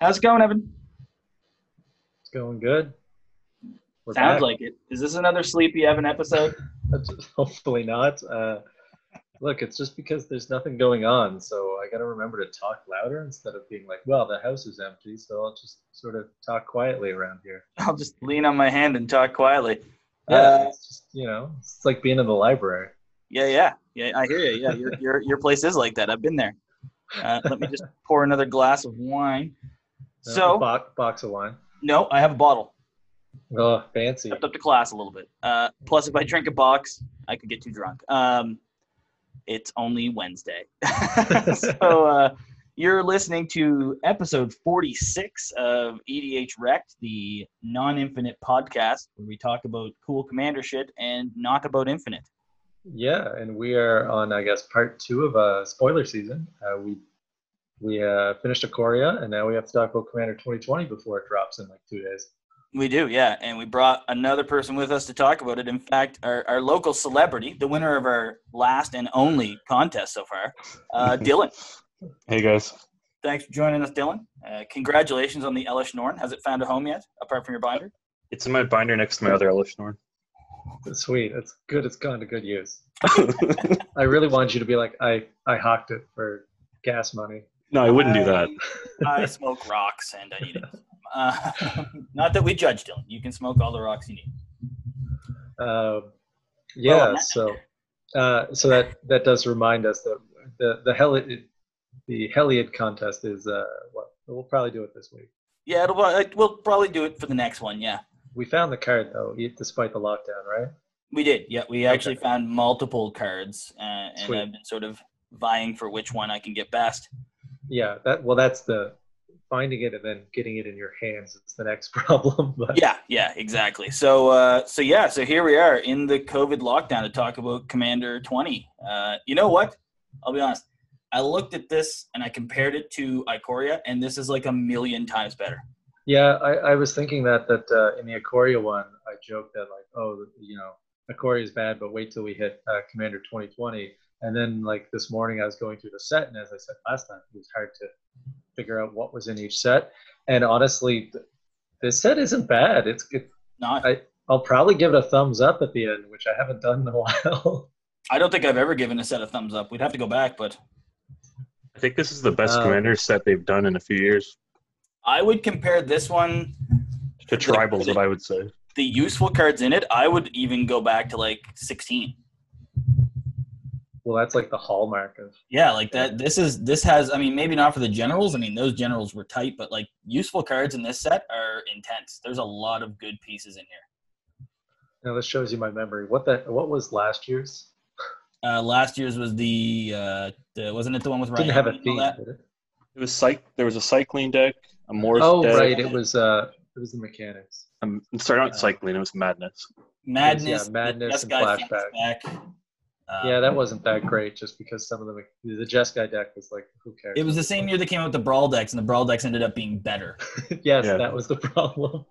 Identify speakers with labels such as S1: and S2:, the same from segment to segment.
S1: How's it going, Evan?
S2: It's going good. We're
S1: Sounds
S2: back.
S1: like it. Is this another sleepy Evan episode?
S2: That's- hopefully not. Uh, look, it's just because there's nothing going on, so I got to remember to talk louder instead of being like, "Well, the house is empty," so I'll just sort of talk quietly around here.
S1: I'll just lean on my hand and talk quietly.
S2: Yeah,
S1: Uh,
S2: it's just you know, it's like being in the library.
S1: Yeah, yeah, yeah. I hear you. Yeah, your your, your place is like that. I've been there. Uh, let me just pour another glass of wine.
S2: You know, Uh, a
S1: So
S2: bo- box of wine.
S1: no, I have a bottle.
S2: Oh, fancy.
S1: Stepped up to class a little bit. Uh, plus, if I drink a box, I could get too drunk. Um, it's only Wednesday. so uh, you're listening to episode 46 of EDH Wrecked, the non-infinite podcast where we talk about cool commander shit and not about infinite.
S2: Yeah, and we are on, I guess, part two of uh, spoiler season. Uh, we we uh, finished Aquaria, and now we have to talk about Commander 2020 before it drops in like two days.
S1: We do, yeah. And we brought another person with us to talk about it. In fact, our, our local celebrity, the winner of our last and only contest so far, uh, Dylan.
S3: Hey guys.
S1: Thanks for joining us, Dylan. Uh, congratulations on the Elish Norn. Has it found a home yet, apart from your binder?
S3: It's in my binder next to my other Elish Norn.
S2: Sweet, it's good. It's gone to good use. I really wanted you to be like, I I hawked it for gas money.
S3: no, I wouldn't do that.
S1: Um, I smoke rocks and I need it. Uh, not that we judge, Dylan. You can smoke all the rocks you need.
S2: Um,
S1: Well, on
S2: yeah,
S1: that
S2: so uh, so that that does remind us that the the Heli- the Heliod contest is uh what we'll probably do it this week.
S1: Yeah, it'll, uh, we'll probably do it for the next one. Yeah,
S2: We found the card though, e- despite the lockdown, right?
S1: we did. Yeah, we
S2: Okay.
S1: actually found multiple cards, uh, and
S2: Sweet.
S1: I've been sort of vying for which one I can get best.
S2: Yeah, that well, that's the finding it and then getting it in your hands is the next problem. But
S1: Yeah, yeah, exactly. So, uh, so yeah, so here we are in the COVID lockdown to talk about Commander 20. Uh, you know what? I'll be honest. I looked at this and I compared it to Ikoria, and this is like a million times better.
S2: Yeah, I, I was thinking that that uh, in the Aquaria one, I joked that like, oh, you know, Aquaria is bad, but wait till we hit uh, Commander 2020. And then like this morning, I was going through the set, and as I said last time, it was hard to figure out what was in each set. And honestly, th- this set isn't bad. It's it,
S1: Not,
S2: I- I'll probably give it a thumbs up at the end, which I haven't done in a while.
S1: I don't think I've ever given a set of thumbs up. We'd have to go back, but
S3: I think this is the best
S2: Um,
S3: commander set they've done in a few years.
S1: I would compare this one,
S3: To tribals, what I would say.
S1: the useful cards in it. I would even go back to like 16.
S2: well, that's like the hallmark of
S1: Yeah, like that. This is this has. I mean, maybe not for the generals. I mean, those generals were tight, but like useful cards in this set are intense. There's a lot of good pieces in here.
S2: now. This shows you my memory. What that what was last year's?
S1: Uh, last year's was the, uh, the wasn't it the one with Ryan?
S2: Didn't have a
S1: and all
S2: theme.
S1: that?
S2: Did it?
S3: It was psych there was a cycling deck, a Morris
S2: Oh,
S3: deck.
S2: right. It was uh, it was the mechanics.
S3: Um, sorry, not
S2: Yeah.
S3: cycling, it was madness.
S1: Madness,
S2: Yeah, Madness
S1: Yes
S2: and
S1: guy Fights Back.
S2: Flashback.
S1: Uh,
S2: Yeah, that wasn't that great just because some of the the Jeskai deck was like, who cares?
S1: It was the same year they came out with the brawl decks, and the brawl decks ended up being better.
S2: yes,
S3: Yeah.
S2: that was the problem.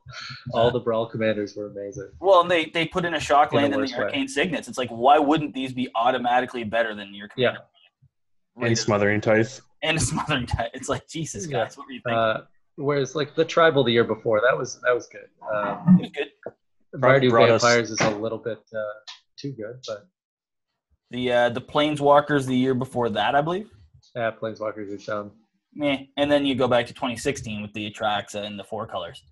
S2: All the brawl commanders were amazing.
S1: Well, and they they put in a shock
S2: In a
S1: land and
S2: worse
S1: the
S2: way.
S1: arcane signets. It's like why wouldn't these be automatically better than your
S2: Yeah.
S3: And smothering tithe.
S1: and smothering tide? It's like Jesus
S2: Yeah.
S1: guys, what were you thinking?
S2: Uh, whereas like the tribal the year before, that was that was good. Um,
S1: It was good.
S2: Mardu
S3: brought us-
S2: vampires is a little bit uh, too good, but
S1: The uh, the planeswalkers the year before that, I believe.
S2: yeah, planeswalkers is dumb.
S1: Meh. And then you go back to 2016 with the Atraxa and the four colors.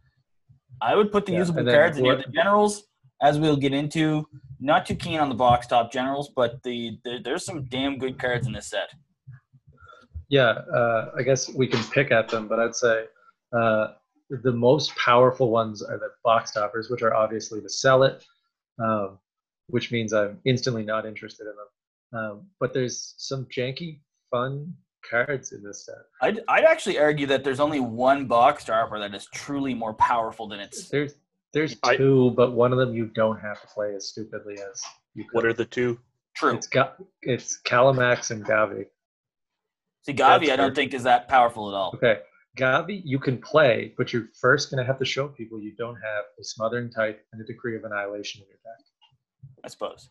S1: I would put the
S2: Yeah,
S1: usable
S2: and then
S1: cards in here.
S2: what-
S1: The generals, as we'll get into, not too keen on the box top generals, but the, the there's some damn good cards in this set.
S2: Yeah, uh, I guess we can pick at them, but I'd say uh, the most powerful ones are the box toppers, which are obviously to sell it, um, which means I'm instantly not interested in them. Um, but there's some janky, fun cards in this set.
S1: I'd, I'd actually argue that there's only one box topper that is truly more powerful than its.
S2: There's there's
S3: I-
S2: two, but one of them you don't have to play as stupidly as you could.
S3: What are the two?
S1: True.
S2: it's got it's Calamax and Gavi.
S1: See, Gavi,
S2: That's
S1: I don't
S2: fair.
S1: think is that powerful at all.
S2: Okay. Gavi, you can play, but you're first going to have to show people you don't have a Smothering Type and a Decree of Annihilation in your deck.
S1: I suppose.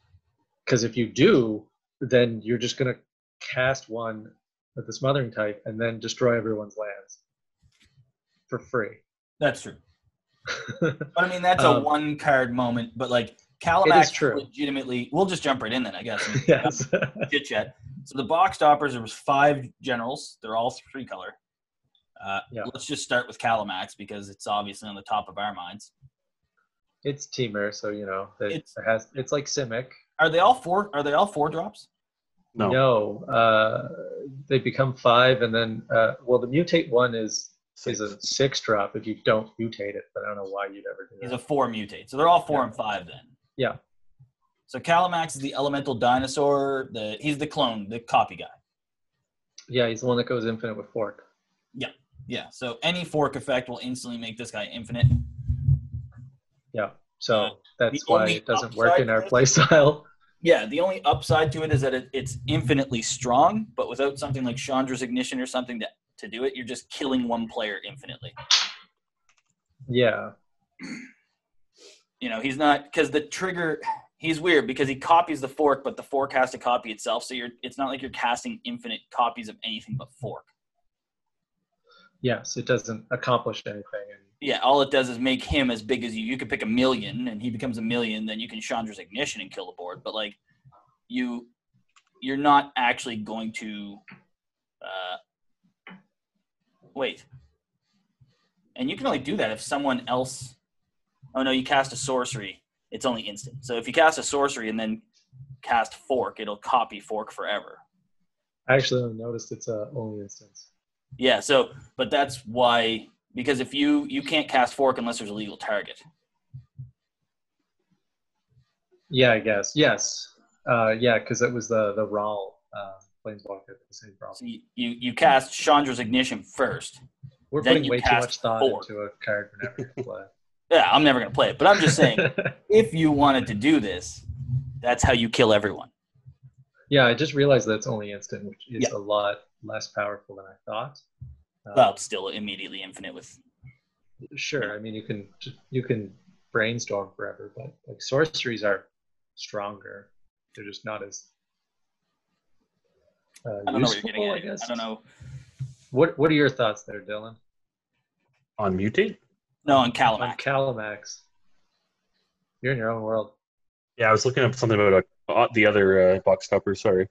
S2: Because if you do, then you're just going to cast one with the Smothering Type and then destroy everyone's lands. for free.
S1: That's true.
S2: it
S1: But I mean, that's a
S2: Um,
S1: one card moment. But like
S2: is
S1: Calamax,
S2: true.
S1: legitimately, we'll just jump right in then, I guess. and
S2: Yes.
S1: Chit chat. So the box stoppers. There was five generals. They're all three color. Uh,
S2: Yeah.
S1: Let's just start with Calamax because it's obviously on the top of our minds.
S2: it's teamer, so you know it,
S1: It's-
S2: it has. It's like Simic.
S1: Are they all four? Are they all four drops?
S3: No.
S2: No, uh, they become five, and then uh, well, the mutate one is
S3: Six.
S2: is a six drop if you don't mutate it. But I don't know why you'd ever do
S1: He's
S2: that.
S1: a four mutate. So they're all four
S2: Yeah.
S1: and five then.
S2: Yeah.
S1: So Calamax is the elemental dinosaur. The he's the clone, the copy guy.
S2: yeah, he's the one that goes infinite with fork.
S1: Yeah. So any fork effect will instantly make this guy infinite.
S2: So
S1: Yeah.
S2: that's
S1: The
S2: why
S1: only
S2: it doesn't work in our
S1: upside
S2: playstyle.
S1: Yeah. The only upside to it is that it, it's infinitely strong, but without something like Chandra's ignition or something to, to do it, you're just killing one player infinitely.
S2: yeah,
S1: You know, he's not because the trigger. He's weird because he copies the fork, but the fork has to copy itself. So you're it's not like you're casting infinite copies of anything but fork.
S2: yes, it doesn't accomplish anything. And
S1: Yeah, all it does is make him as big as you. You could pick a million, and he becomes a million. Then you can Chandra's ignition and kill the board. But like, you, you're not actually going to. Uh, wait. And you can only do that if someone else. Oh no, you cast a sorcery. It's only instant. So if you cast a sorcery and then cast fork, it'll copy fork forever.
S2: I actually only noticed it's a only instance.
S1: Yeah. So, but that's why because if you you can't cast fork unless there's a legal target.
S2: Yeah, I guess. Yes. Uh, yeah, because it was the the Rawl uh, planeswalker, the same
S1: So
S2: problem.
S1: you, you, you cast Chandra's ignition first.
S2: We're
S1: then
S2: putting
S1: you
S2: way too
S1: cast
S2: much thought
S1: four.
S2: into a card we're never gonna play.
S1: Yeah, I'm never gonna play it, but I'm just saying if you wanted to do this, that's how you kill everyone.
S2: yeah, I just realized that's only instant, which is
S1: Yeah.
S2: a lot less powerful than I thought. Uh,
S1: Well, it's still immediately infinite with
S2: sure. I mean, you can you can brainstorm forever, but like sorceries are stronger. They're just not as uh,
S1: I don't know what you're
S2: useful,
S1: getting
S2: I
S1: at.
S2: guess.
S1: I, don't know.
S2: What What are your thoughts there, Dylan?
S3: On mutate?
S1: No, on
S2: On
S1: Calamac.
S2: Calamax, you're in your own world.
S3: Yeah, I was looking up something about a, uh, the other uh, box topper. Sorry.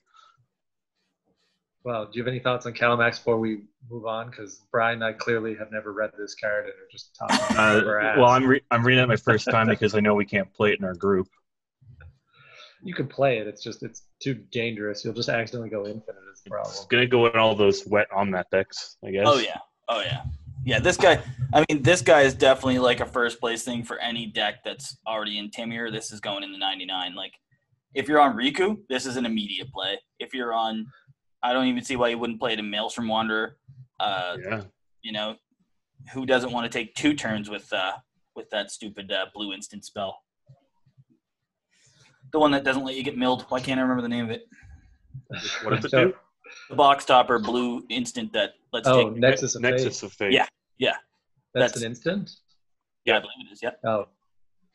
S2: Well, do you have any thoughts on Calamax before we move on? Because Brian and I clearly have never read this card and are just talking
S3: Uh,
S2: our ass.
S3: well, I'm re- I'm reading it my first time because I know we can't play it in our group.
S2: You can play it. It's just it's too dangerous. You'll just accidentally go infinite. Is the
S3: It's
S2: problem.
S3: gonna go in all those wet omnat decks, I guess.
S1: Oh yeah. Oh yeah. Yeah, this guy I mean this guy is definitely like a first place thing for any deck that's already in Timir. This is going in the ninety nine. Like if you're on Riku, this is an immediate play. If you're on I don't even see why you wouldn't play it in Maelstrom Wanderer. Uh,
S3: Yeah.
S1: you know, who doesn't want to take two turns with uh, with that stupid uh, blue instant spell? The one that doesn't let you get milled. Why can't I remember the name of it?
S3: What does it
S2: So-
S3: do?
S1: The box topper blue instant that lets
S2: Oh,
S1: take.
S2: Nexus of
S3: Nexus
S2: Fate.
S3: of Fate.
S1: Yeah.
S2: That's,
S1: that's-
S2: an instant.
S1: Yeah, I believe it is. Yeah,
S2: Oh,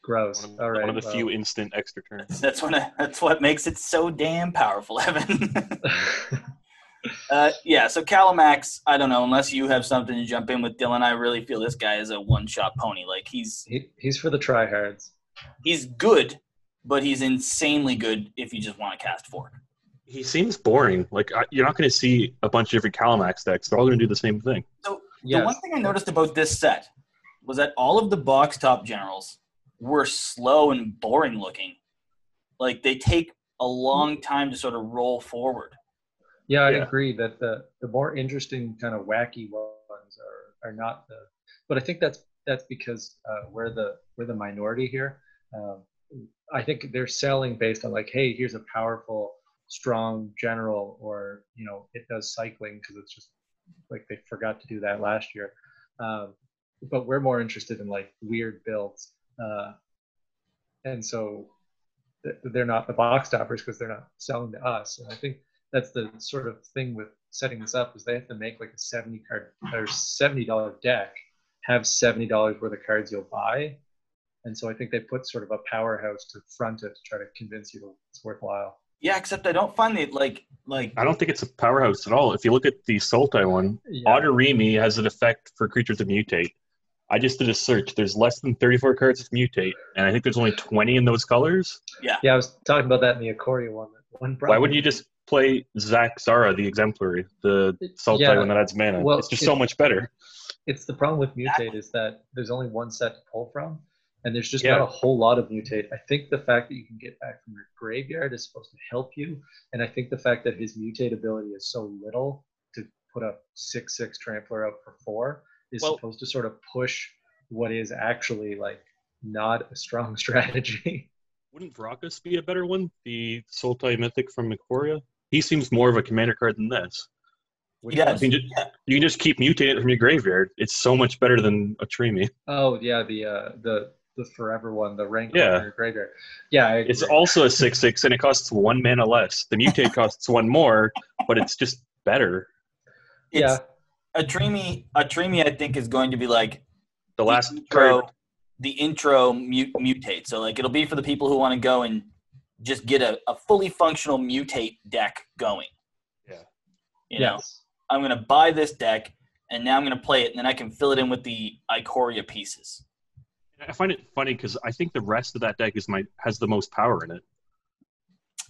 S2: gross.
S3: One of,
S2: All right.
S3: one of the few instant extra
S1: that's,
S3: turns.
S1: that's what that's what makes it so damn powerful, Evan.
S2: few.
S1: uh, yeah, so Calamax, I don't know. Unless you have something to jump in with, Dylan, I really feel this guy is a one shot pony. Like he's
S2: he, he's for the tryhards.
S1: he's good, but he's insanely good if you just want to cast fork.
S3: He seems boring. Like I, you're not gonna see a bunch of different Calamax decks. They're all gonna do the same thing.
S1: The one
S2: Yes.
S1: thing I noticed about this set was that all of the box top generals were slow and boring looking. Like they take a long
S3: Hmm.
S1: time to sort of roll forward.
S2: Yeah, I
S3: Yeah.
S2: agree that the the more interesting kind of wacky ones are are not the. But I think that's that's because uh, we're the we're the minority here. Um, I think they're selling based on like, hey, here's a powerful, strong general, or you know, it does cycling because it's just like they forgot to do that last year. Um, but we're more interested in like weird builds, uh, and so th- they're not the box stoppers because they're not selling to us. And I think that's the sort of thing with setting this up is they have to make like a 70 card or 70 dollar deck have 70 dollars worth of cards you'll buy and so i think they put sort of a powerhouse to front it to try to convince you that it's worthwhile
S1: Yeah, except I don't find it like like
S3: I don't think it's a powerhouse at all. If you look at the Sultai one,
S2: Yeah.
S3: Otarimi has an effect for creatures that mutate. I just did a search. There's less than 34 cards that mutate, and I think there's only 20 in those colors.
S2: Yeah, I was talking about that in the Ikoria one. that One
S3: Why wouldn't you just play Zack Zara, the exemplary, the Sultai
S2: Yeah.
S3: one that adds mana?
S2: Well,
S3: it's just
S2: it-
S3: so much better.
S2: It's the problem with mutate is that there's only one set to pull from, and there's just not
S3: Yeah.
S2: a whole lot of mutate. I think the fact that you can get back from your graveyard is supposed to help you, and I think the fact that his mutate ability is so little to put a six six trampler up for four is
S4: Well-
S2: supposed to sort of push what is actually like not a strong strategy.
S3: Wouldn't Vrakas be a better one? The Sultai Mythic from Aquaria? He seems more of a commander card than this.
S1: he
S3: You
S1: does.
S3: can just, you can just keep mutating it from your graveyard. It's so much better than a Tremi.
S2: Oh yeah, the uh, the the forever one, the rank
S3: Yeah.
S2: yeah. graveyard. Yeah, I
S3: It's
S2: agree.
S3: also a 6 6, and it costs one mana less. The mutate costs one more, but it's just better.
S1: It's,
S2: yeah.
S1: a dreamy a dreamy I think is going to be like
S3: The last
S1: the intro,
S3: card.
S1: the intro mute, mutate. So like it'll be for the people who want to go and just get a, a fully functional mutate deck going.
S3: Yeah.
S1: You know, I'm gonna buy this deck and now I'm gonna play it and then I can fill it in with the Icoria pieces.
S3: I find it funny because I think the rest of that deck is my has the most power in it.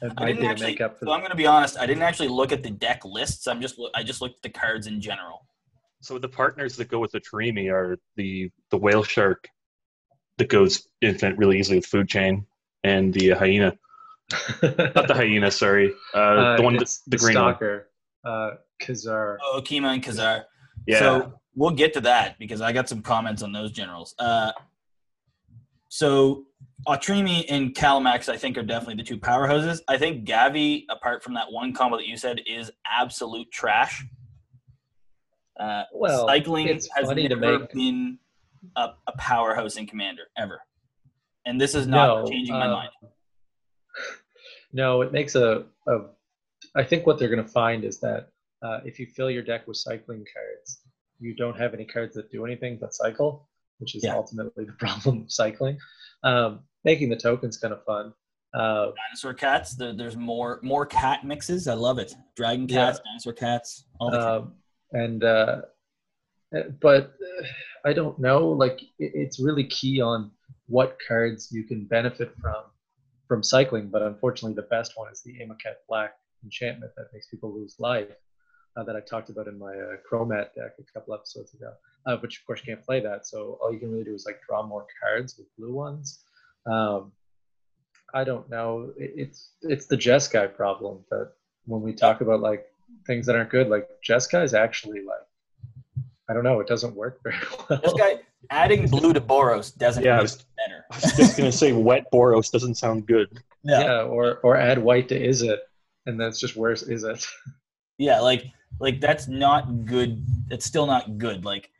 S2: That
S1: I
S2: might
S1: didn't
S2: be a
S1: actually,
S2: makeup for
S1: so I'm gonna be honest. I didn't actually look at the deck lists. I'm just loo- I just looked at the cards in general.
S3: So the partners that go with the Tremi are the the whale shark that goes infinite really easily with food chain, and the hyena. Not the hyena, sorry. Uh,
S2: Uh,
S3: the one
S2: it's
S3: that's the, green one.
S2: stalker, uh, Kazar.
S1: Oh, Okima and Kazar.
S3: Yeah.
S1: So we'll get to that because I got some comments on those generals. Uh, so Autrimi and Calamax, I think, are definitely the two powerhouses. I think Gavi, apart from that one combo that you said, is absolute trash. Uh,
S2: Well,
S1: cycling
S2: it's
S1: has
S2: funny to
S1: never
S2: make-
S1: been a, a powerhouse in Commander ever, and this is not
S2: No,
S1: changing my
S2: uh,
S1: mind.
S2: No, it makes a, a. I think what they're going to find is that uh, if you fill your deck with cycling cards, you don't have any cards that do anything but cycle, which is
S1: Yeah.
S2: ultimately the problem of cycling. Um, making the tokens kind of fun. Uh,
S1: Dinosaur cats. There, there's more more cat mixes. I love it. Dragon
S2: Yeah.
S1: cats, dinosaur cats. All the
S2: um, and uh, uh, but uh, I don't know. Like it, it's really key on what cards you can benefit from from cycling. But unfortunately, the best one is the Amaket Black enchantment that makes people lose life. Uh, that I talked about in my uh, Chromat deck a couple episodes ago, uh, which of course you can't play that. So all you can really do is like draw more cards with blue ones. Um, I don't know. It, it's it's the Jeskai problem that when we talk about like things that aren't good. Like Jeskai is actually like I don't know, it doesn't work very well.
S1: This guy adding blue to Boros doesn't
S3: Yeah, I
S1: make
S3: was-
S1: it better.
S3: I was just gonna say wet Boros doesn't sound good.
S2: yeah. or or add white to is it, and that's just worse is it.
S1: Yeah, like like that's not good. It's still not good. Like,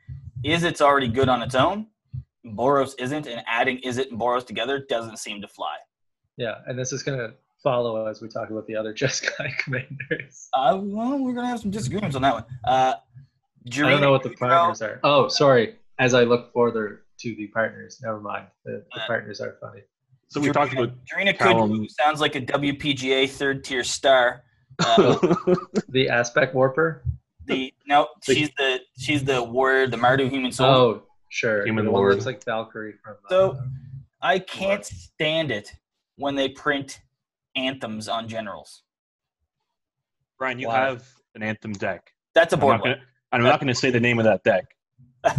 S1: is it's already good on its own? Boros isn't, and adding is it and Boros together doesn't seem to fly.
S2: Yeah, and this is gonna follow as we talk about the other Jeskai commanders.
S1: Uh, well, we're gonna have some disagreements on that one. Uh,
S2: I don't
S1: Jirina
S2: know what the
S1: Kudrow-
S2: partners are. Oh, sorry. As I look further to the partners, never mind. The, the partners are funny.
S3: So we
S1: Jirina-
S3: talked about
S1: Jirina
S3: Callum.
S1: Kudrow sounds like a WPGA third tier star. Uh,
S2: The aspect warper.
S1: the no, she's the she's the warrior, the Mardu human soldier.
S2: Oh, sure.
S3: Human
S2: the one that
S3: lord.
S2: looks like Valkyrie from. uh,
S1: So- I can't stand it when they print anthems on generals.
S3: Brian, you
S2: Wow.
S3: have an anthem deck.
S1: That's a
S3: I'm
S1: board
S3: not,
S1: one.
S3: gonna, I'm not gonna say the name of that deck,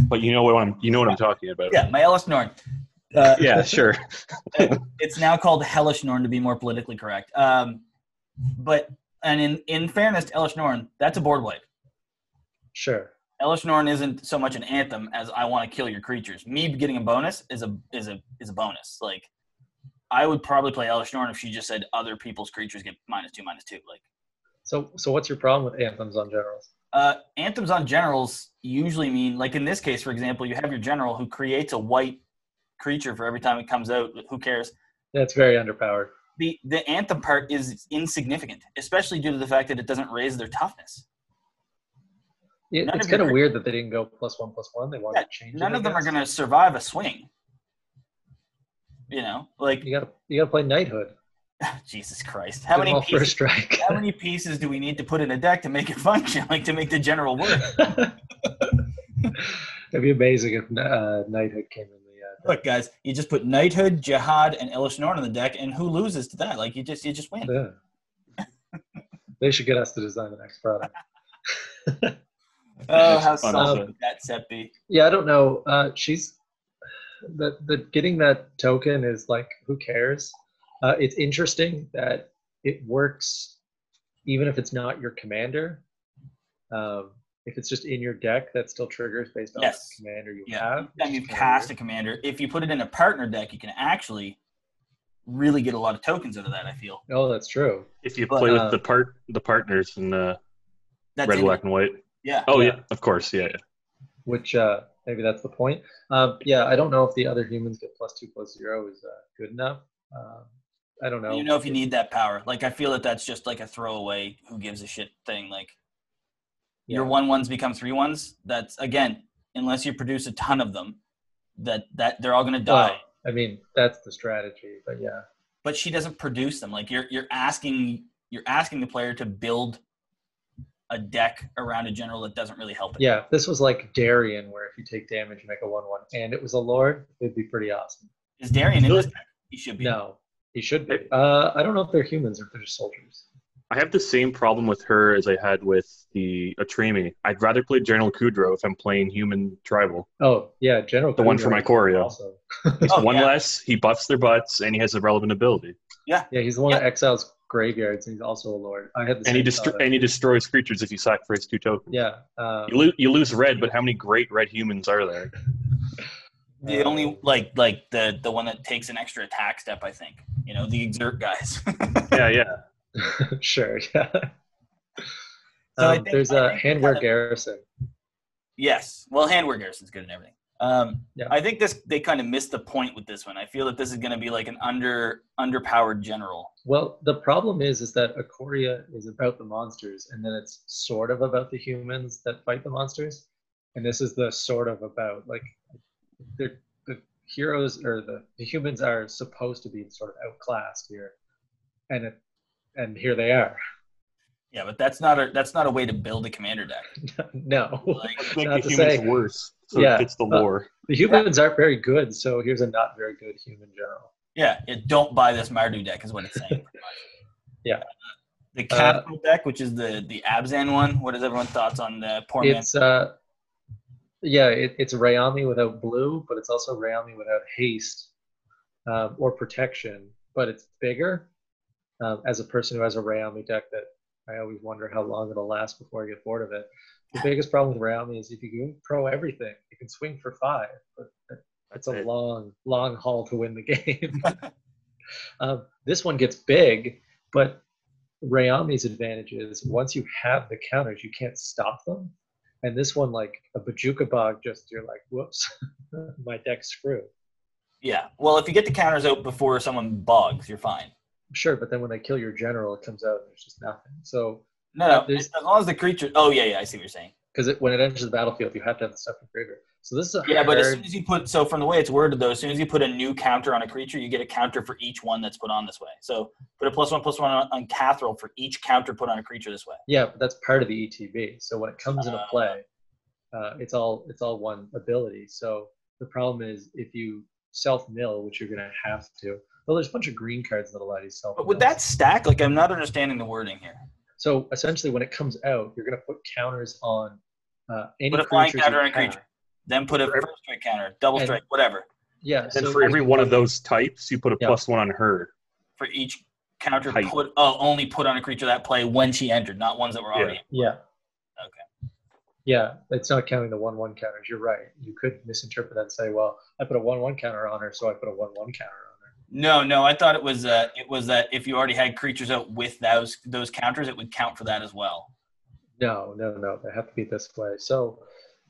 S3: but you know what I'm you know what I'm talking about.
S1: Yeah, my Ellis Norn. Uh,
S3: yeah, sure.
S1: it's now called Hellish Norn to be more politically correct. Um, but and in, in fairness to Ellis Norn, that's a board wipe.
S2: sure.
S1: Ellis Norn isn't so much an anthem as I want to kill your creatures. Me getting a bonus is a is a is a bonus. Like I would probably play Ellis Norn if she just said other people's creatures get minus two, minus two. Like
S2: So so what's your problem with anthems on generals?
S1: Uh, anthems on generals usually mean, like in this case, for example, you have your general who creates a white creature for every time it comes out. Who cares?
S2: That's very underpowered.
S1: The the anthem part is insignificant, especially due to the fact that it doesn't raise their toughness.
S2: It,
S1: None
S2: it's
S1: of your
S2: kind of
S1: crit-
S2: weird that they didn't go plus one plus one. They wanted
S1: Yeah,
S2: to change.
S1: None
S2: it,
S1: of them
S2: I
S1: are
S2: guess.
S1: going to survive a swing. You know, like
S2: You gotta you gotta play knighthood.
S1: Jesus Christ! How
S2: Get 'em
S1: many
S2: off for a
S1: pieces,
S2: strike?
S1: how many pieces do we need to put in a deck to make it function? Like to make the general work?
S2: It'd be amazing if uh, knighthood came in the. Uh,
S1: Look, guys, you just put knighthood, jihad, and Elishnorn on the deck, and who loses to that? Like you just you just win.
S2: yeah. they should get us to design the next product.
S1: Oh, how
S3: That's fun
S1: solid
S3: also.
S1: would that set be?
S2: Yeah, I don't know. Uh, she's that that getting that token is like who cares? Uh, it's interesting that it works even if it's not your commander. Um, if it's just in your deck, that still triggers based on
S1: Yes.
S2: the commander you
S1: Yeah,
S2: have.
S1: each time you cast a commander, if you put it in a partner deck, you can actually really get a lot of tokens out of that. I feel
S2: Oh, that's true.
S3: If you
S1: But,
S3: play
S2: uh,
S3: with the part the partners in uh,
S1: that's
S3: red,
S1: in it.
S3: black, and white.
S1: Yeah,
S3: Oh yeah,
S2: Yeah.
S3: of course, yeah. yeah.
S2: Which uh, maybe that's the point. Um, yeah, I don't know if the other humans get plus two plus zero is uh, good enough. Um, I don't
S3: Oh,
S2: know.
S1: you know if you need that power. Like I feel that that's just like a throwaway. Who gives a shit thing? Like your
S2: Yeah.
S1: one ones become three ones. That's again, unless you produce a ton of them, that that they're all gonna die.
S2: Well, I mean, that's the strategy, but yeah.
S1: but she doesn't produce them. Like you're you're asking you're asking the player to build a deck around a general that doesn't really help it.
S2: Yeah, if this was like Darien, where if you take damage, you make a one-one, and it was a Lord, it'd be pretty awesome.
S1: Is Darian in this deck? He should be.
S2: No, he should be. Uh, I don't know if they're humans or if they're just soldiers.
S3: I have the same problem with her as I had with the Atremi. I'd rather play General Kudrow if I'm playing human tribal.
S2: Oh yeah, General.
S3: The one for
S2: Kudrow
S3: my choreo.
S2: Also,
S3: It's
S1: Oh,
S3: one
S1: yeah.
S3: less, he buffs their butts, and he has a relevant ability.
S2: yeah, he's the one that exiles graveyards, and he's also a Lord. I had the
S3: And
S2: same
S3: he, destro-
S2: thought.
S3: and he destroys creatures if you sacrifice two tokens.
S2: Yeah. Um,
S3: You, lo- you lose red, but how many great red humans are there?
S1: The
S2: uh,
S1: only like like the the one that takes an extra attack step, I think. You know, the exert guys.
S3: yeah, yeah.
S2: um, sure. Yeah.
S1: So I
S2: um,
S1: think-
S2: there's
S1: I
S2: a
S1: think
S2: handwear
S1: kind of-
S2: garrison.
S1: yes. Well handwear garrison's good and everything. Um
S2: Yeah.
S1: I think this they kind of missed the point with this one. I feel that this is gonna be like an under underpowered general.
S2: Well, the problem is, is that Aquaria is about the monsters, and then it's sort of about the humans that fight the monsters, and this is the sort of about like they're, the heroes or the, the humans are supposed to be sort of outclassed here, and it, and here they are.
S1: Yeah, but that's not a that's not a way to build a commander deck.
S2: no,
S1: Like
S3: Make
S2: Not to
S3: the humans
S2: say.
S3: worse. So
S2: Yeah, Uh,
S3: it fits the
S2: but-
S3: lore.
S2: the humans aren't very good, so here's a not very good human general.
S1: Yeah, it, don't buy this Mardu deck is what it's saying. pretty much.
S2: Yeah. Uh,
S1: The capital deck, which is the the Abzan one. What is everyone's thoughts on the poor man?
S2: It's uh, yeah, it, it's Rayami without blue, but it's also Rayami without haste um, or protection. But it's bigger. Um, as a person who has a Rayami deck, that I always wonder how long it'll last before I get bored of it. The biggest problem with Rayami is if you go pro everything, you can swing for five, but that- that's a
S3: That's it.
S2: long, long haul to win the game. um, this one gets big, but Rayami's advantage is once you have the counters, you can't stop them. And this one, like a Bajuka Bog, just you're like, whoops, my deck's screwed.
S1: Yeah. Well, if you get the counters out before someone bugs, you're fine.
S2: Sure, but then when they kill your general, it comes out and there's just nothing. So,
S1: No,
S2: Yeah,
S1: no.
S2: there's-
S1: As long as the creature. Oh yeah, yeah. I see what you're saying.
S2: because it, when it enters the battlefield, you have to have the stuff in graveyard. So this is a
S1: Yeah, but as
S2: hard-
S1: soon as you put so from the way it's worded though, as soon as you put a new counter on a creature, you get a counter for each one that's put on this way. So put a plus one plus one on, on Cathril for each counter put on a creature this way.
S2: yeah, but that's part of the ETB. So when it comes into play, uh, it's all it's all one ability. So the problem is if you self mill, which you're gonna have to. Well, there's a bunch of green cards that allow you self.
S1: But would that stack? Like I'm not understanding the wording here.
S2: So essentially, when it comes out, you're going to put counters on uh, any
S1: Put a flying
S2: creatures
S1: counter
S2: you
S1: on a
S2: have.
S1: creature. Then put a
S3: Right.
S1: first strike counter, double
S2: And-
S1: strike, whatever.
S2: Yeah.
S3: And
S2: so
S3: for every one of those types, you put a
S2: Yeah.
S3: plus one on her.
S1: for each counter
S3: Height.
S1: put oh only put on a creature that play when she entered, not ones that were
S3: Yeah.
S1: already.
S2: Yeah.
S1: Okay.
S2: Yeah, it's not counting the one-one counters. You're right. You could misinterpret that and say, "Well, I put a one-one counter on her, so I put a one-one counter on her."
S1: No, no, I thought it was uh it was that if you already had creatures out with those those counters, it would count for that as well.
S2: No, no, no. They have to be this way. So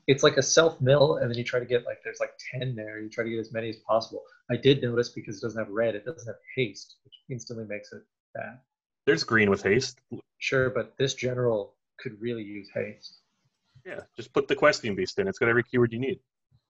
S2: it's like a self mill, and then you try to get like there's like ten there. You try to get as many as possible. I did notice because it doesn't have red, it doesn't have haste, which instantly makes it bad.
S3: There's green with haste.
S2: Sure, but this general could really use haste.
S3: Yeah, just put the questing beast in. It's got every keyword you need.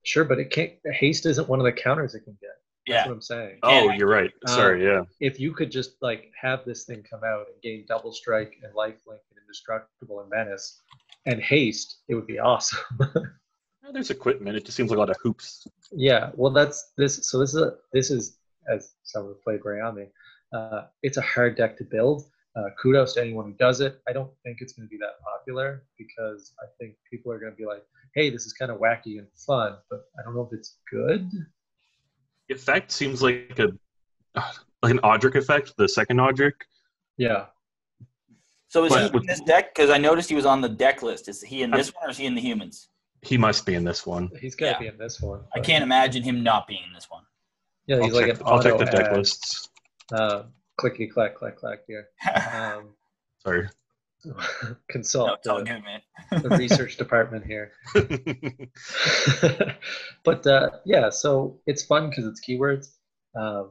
S2: Sure, but it can't. Haste isn't one of the counters it can get. That's
S1: Yeah.
S2: what I'm saying.
S3: Oh, you're right.
S2: Uh,
S3: Sorry, yeah.
S2: If you could just like have this thing come out and gain double strike and lifelink and indestructible and menace and haste, it would be awesome.
S3: Yeah, There's equipment. It just seems like a lot of hoops.
S2: Yeah, well, that's this. So this is a, this is as someone who played Rayami, uh, it's a hard deck to build. Uh, kudos to anyone who does it. I don't think it's going to be that popular because I think people are going to be like, "Hey, this is kind of wacky and fun," but I don't know if it's good.
S3: The effect seems like a like an Audric effect, the second Audric.
S2: Yeah,
S1: So is
S3: But
S1: he in
S3: with-
S1: this deck? Because I noticed he was on the deck list. Is he in this one or is he in the humans?
S3: He must be in this one.
S2: he's got to
S1: Yeah.
S2: be in this one.
S1: I
S2: but-
S1: can't imagine him not being in this one.
S2: Yeah,
S3: I'll
S2: he's like
S3: check,
S2: an
S3: I'll
S2: auto
S3: check the deck
S2: add,
S3: lists.
S2: Uh, clicky clack clack clack here. Um,
S3: Sorry.
S1: no,
S2: consult
S1: it's all
S2: the-
S1: good, man.
S2: the research department here.
S3: I
S2: but uh, yeah, so it's fun because it's keywords. Um,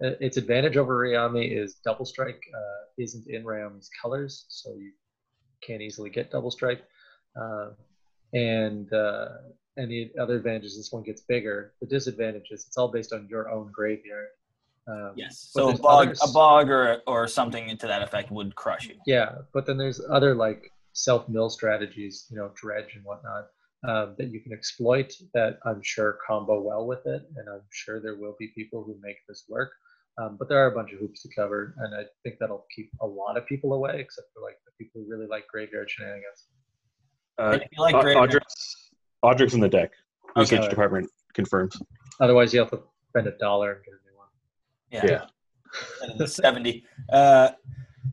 S2: i- its advantage over Rayami is Double Strike uh, isn't in Rayami's colors, so you can't easily get Double Strike. Uh, and uh, and the other advantage is this one gets bigger. The disadvantage is it's all based on your own graveyard. Um,
S1: Yes.
S2: But
S1: So a
S2: there's
S1: bog,
S2: others.
S1: a bog or, or something to that effect would crush you.
S2: Yeah, but then there's other like self mill strategies, you know, dredge and whatnot, um, that you can exploit that I'm sure combo well with it. And I'm sure there will be people who make this work. Um, but there are a bunch of hoops to cover. And I think that'll keep a lot of people away, except for like the people who really like graveyard shenanigans.
S3: Uh,
S1: And if you like
S3: Au-
S1: great,
S3: Audric's, Audric's in the deck. Research
S2: Okay.
S3: department confirms.
S2: Otherwise, you have to spend a dollar and get a new one.
S1: yeah,
S3: yeah.
S1: instead of the seventy. Uh,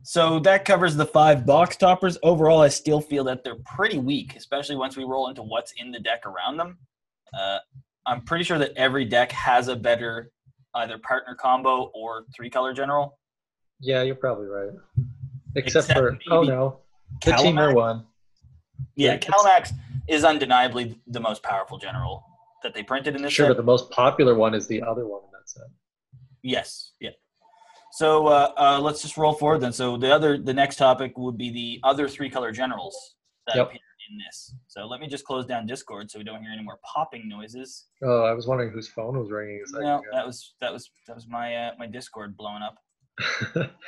S1: so that covers the five box toppers. Overall, I still feel that they're pretty weak, especially once we roll into what's in the deck around them. Uh, I'm pretty sure that every deck has a better either partner combo or three color general.
S2: Yeah, you're probably right. Except,
S1: Except
S2: for, oh
S1: maybe
S2: no, the teamer
S1: Calamax?
S2: one.
S1: Yeah,
S2: Yeah,
S1: Calmax is undeniably the most powerful general that they printed in this
S2: Sure,
S1: set.
S2: but the most popular one is the other one in that set.
S1: Yes. Yeah. So uh, uh, let's just roll forward then. So the other, the next topic would be the other three color generals that
S2: Yep.
S1: appear in this. So let me just close down Discord so we don't hear any more popping noises.
S2: Oh, I was wondering whose phone was ringing. a second
S1: No,
S2: ago.
S1: that was that was that was my uh, my Discord blowing up,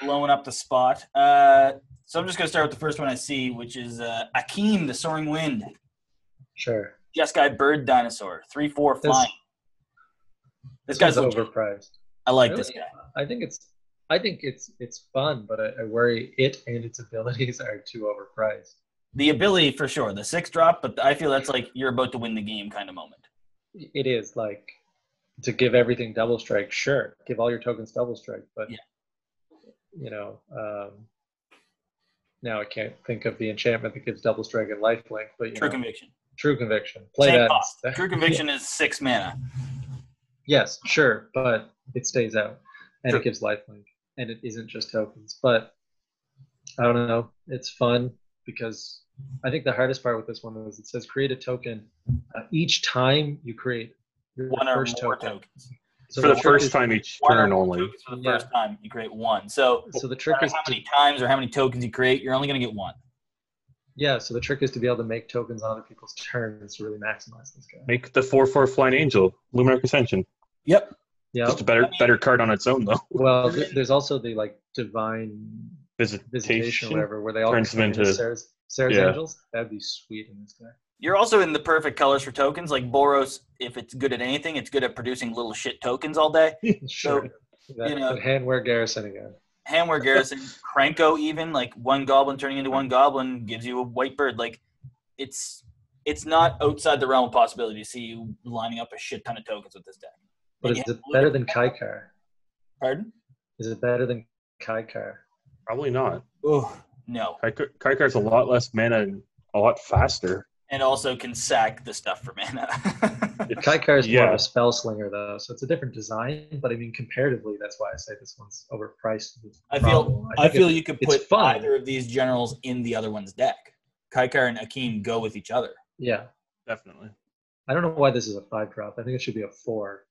S1: blowing up the spot. Uh, so I'm just gonna start with the first one I see, which is uh, Akeem, the Soaring Wind,
S2: sure.
S1: Yes, guy, Bird Dinosaur, three four
S2: This-
S1: flying. This, guy's
S2: one's
S1: legit.
S2: overpriced.
S1: I like this
S2: Really?
S1: guy.
S2: I think it's I think it's it's fun, but I, I worry it and its abilities are too overpriced.
S1: The ability for sure, the six drop, but I feel that's like you're about to win the game kind of moment.
S2: It is like to give everything double strike, sure. Give all your tokens double strike, but
S1: Yeah.
S2: you know, um, now I can't think of the enchantment that gives double strike and lifelink, but you
S1: True
S2: know,
S1: conviction.
S2: true conviction. Play
S1: Same
S2: that.
S1: cost.
S2: instead.
S1: True conviction is six mana.
S2: Yes, sure, but it stays out and
S3: Sure.
S2: it gives lifelink and it isn't just tokens. But I don't know, it's fun because I think the hardest part with this one is it says create a token uh, each time you create your
S1: One or
S2: first
S1: more
S2: token.
S1: tokens.
S2: So
S3: for the
S2: trick
S3: first
S2: is-
S3: time each
S1: One or
S3: turn
S1: more
S3: only.
S1: tokens For the
S2: Yeah.
S1: first time, you create one. So
S2: So the
S1: no
S2: trick
S1: matter
S2: is
S1: how
S2: to,
S1: many times or how many tokens you create, you're only going to get one.
S2: yeah. So the trick is to be able to make tokens on other people's turns to really maximize this guy.
S3: Make the four four flying angel, Luminarch Ascension.
S1: Yep.
S2: Yeah.
S3: Just a better better card on its own though.
S2: Well, th- there's also the like divine visitation,
S3: Visitation.
S2: or whatever, where they all
S3: Turns them
S2: turn
S3: into-
S2: Sarah's, Sarah's
S3: yeah.
S2: angels. That'd be sweet in this guy.
S1: You're also in the perfect colors for tokens. Like Boros, if it's good at anything, it's good at producing little shit tokens all day.
S2: Sure. that,
S1: you know-
S2: that handwear garrison again.
S1: Hamware Garrison, Cranko, even like one goblin turning into one goblin gives you a white bird. Like it's it's not outside the realm of possibility to see you lining up a shit ton of tokens with this deck.
S2: But
S1: Yeah.
S2: is it better than Kaikar?
S1: Pardon?
S2: Is it better than Kaikar?
S3: Probably not.
S1: Oh no.
S3: Kaikar- Kaikar's a lot less mana and a lot faster.
S1: and also can sack the stuff for mana.
S3: It's-
S2: Kaikar is more of
S3: Yeah.
S2: a spell slinger though, so it's a different design. But I mean, comparatively, that's why I say this one's overpriced. It's
S1: I feel-
S2: probably-
S1: I
S2: think
S1: feel you could
S2: it's
S1: put
S2: fun.
S1: either of these generals in the other one's deck. Kaikar and Akeem go with each other.
S2: it- yeah.
S3: Definitely.
S2: I don't know why this is a five drop. I think it should be a four.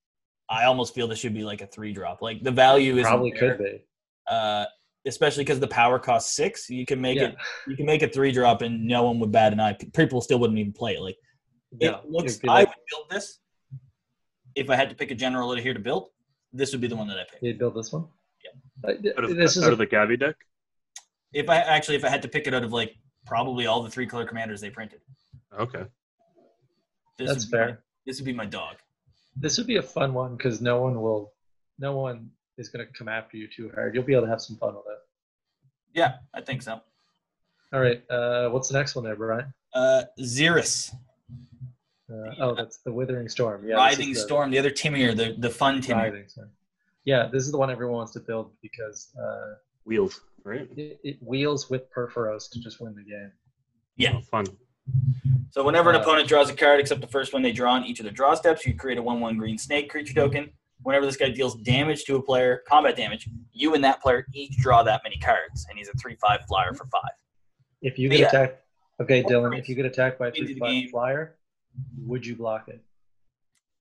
S1: I almost feel this should be like a three drop. Like the value is
S2: Probably could be.
S1: Uh, especially because the power costs six, you can make
S2: yeah.
S1: it. You can make a three drop, and no one would bat an eye. People still wouldn't even play it. Like
S2: yeah.
S1: it looks.
S2: It'd be
S1: I
S2: like-
S1: would build this if I had to pick a general out of here to build. this would be the one that I picked.
S2: You'd build this one? Yeah.
S3: Out of,
S2: this is
S3: out
S2: a,
S3: of the Gabby deck.
S1: If I actually, if I had to pick it out of like probably all the three color commanders they printed,
S3: Okay.
S1: this
S2: that's
S1: would be my-
S2: fair.
S1: this would be my dog.
S2: This would be a fun one because no one will, no one is going to come after you too hard. You'll be able to have some fun with it.
S1: Yeah, I think so.
S2: All right. Uh, what's the next one there, Brian?
S1: Uh, Xeris,
S2: Uh, oh, that's the Withering Storm. Yeah, this is
S1: Writhing
S2: the-
S1: Storm, the other Timir, the the fun Timir.
S2: Writhing Storm. Yeah, this is the one everyone wants to build because uh,
S3: Wheels, right?
S2: it, it wheels with Perforos to just win the game.
S1: Yeah.
S3: Oh, fun.
S1: So whenever an
S2: Uh,
S1: opponent draws a card except the first one they draw on each of their draw steps, you create a one-one green snake creature token. Whenever this guy deals damage to a player, combat damage, you and that player each draw that many cards, and he's a three-five flyer for five.
S2: If you
S1: But
S2: get
S1: yeah.
S2: attacked, okay,
S1: What
S2: Dylan,
S1: price?
S2: if you get attacked by a
S1: Into the
S2: three fly
S1: game.
S2: flyer, would you block it?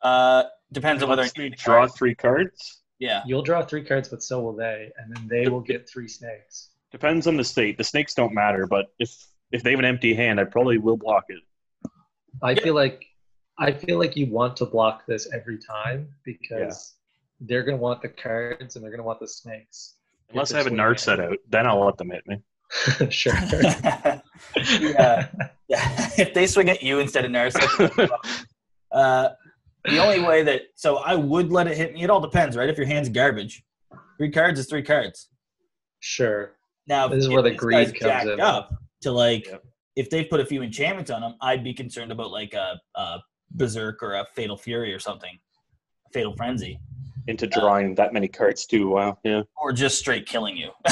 S1: Uh, depends on whether
S3: Let's me draw three cards.
S1: yeah.
S2: You'll draw three cards, but so will they, and then they
S3: The-
S2: will get three snakes.
S3: Depends on the state. The snakes don't matter, but if if they have an empty hand, I probably will block it.
S2: I
S1: Yeah.
S2: feel like I feel like you want to block this every time because they're gonna want the cards and they're gonna want the snakes.
S3: Unless
S2: If
S3: I have a
S2: it's
S3: nard set
S2: swinging.
S3: out, then I'll let them hit me.
S2: sure.
S1: yeah. Yeah. if they swing at you instead of Nurse. Uh, the only way that so I would let it hit me. It all depends, right? If your hand's garbage, three cards is three cards.
S2: sure.
S1: Now, if-
S2: This is
S1: if
S2: where the
S1: this
S2: greed
S1: guy's
S2: comes
S1: jacked
S2: in.
S1: Up to like,
S3: Yep.
S1: if they put a few enchantments on them, I'd be concerned about like a, a berserk or a fatal fury or something, fatal frenzy,
S3: Into drawing that many cards too. Wow. Yeah.
S1: or just straight killing you.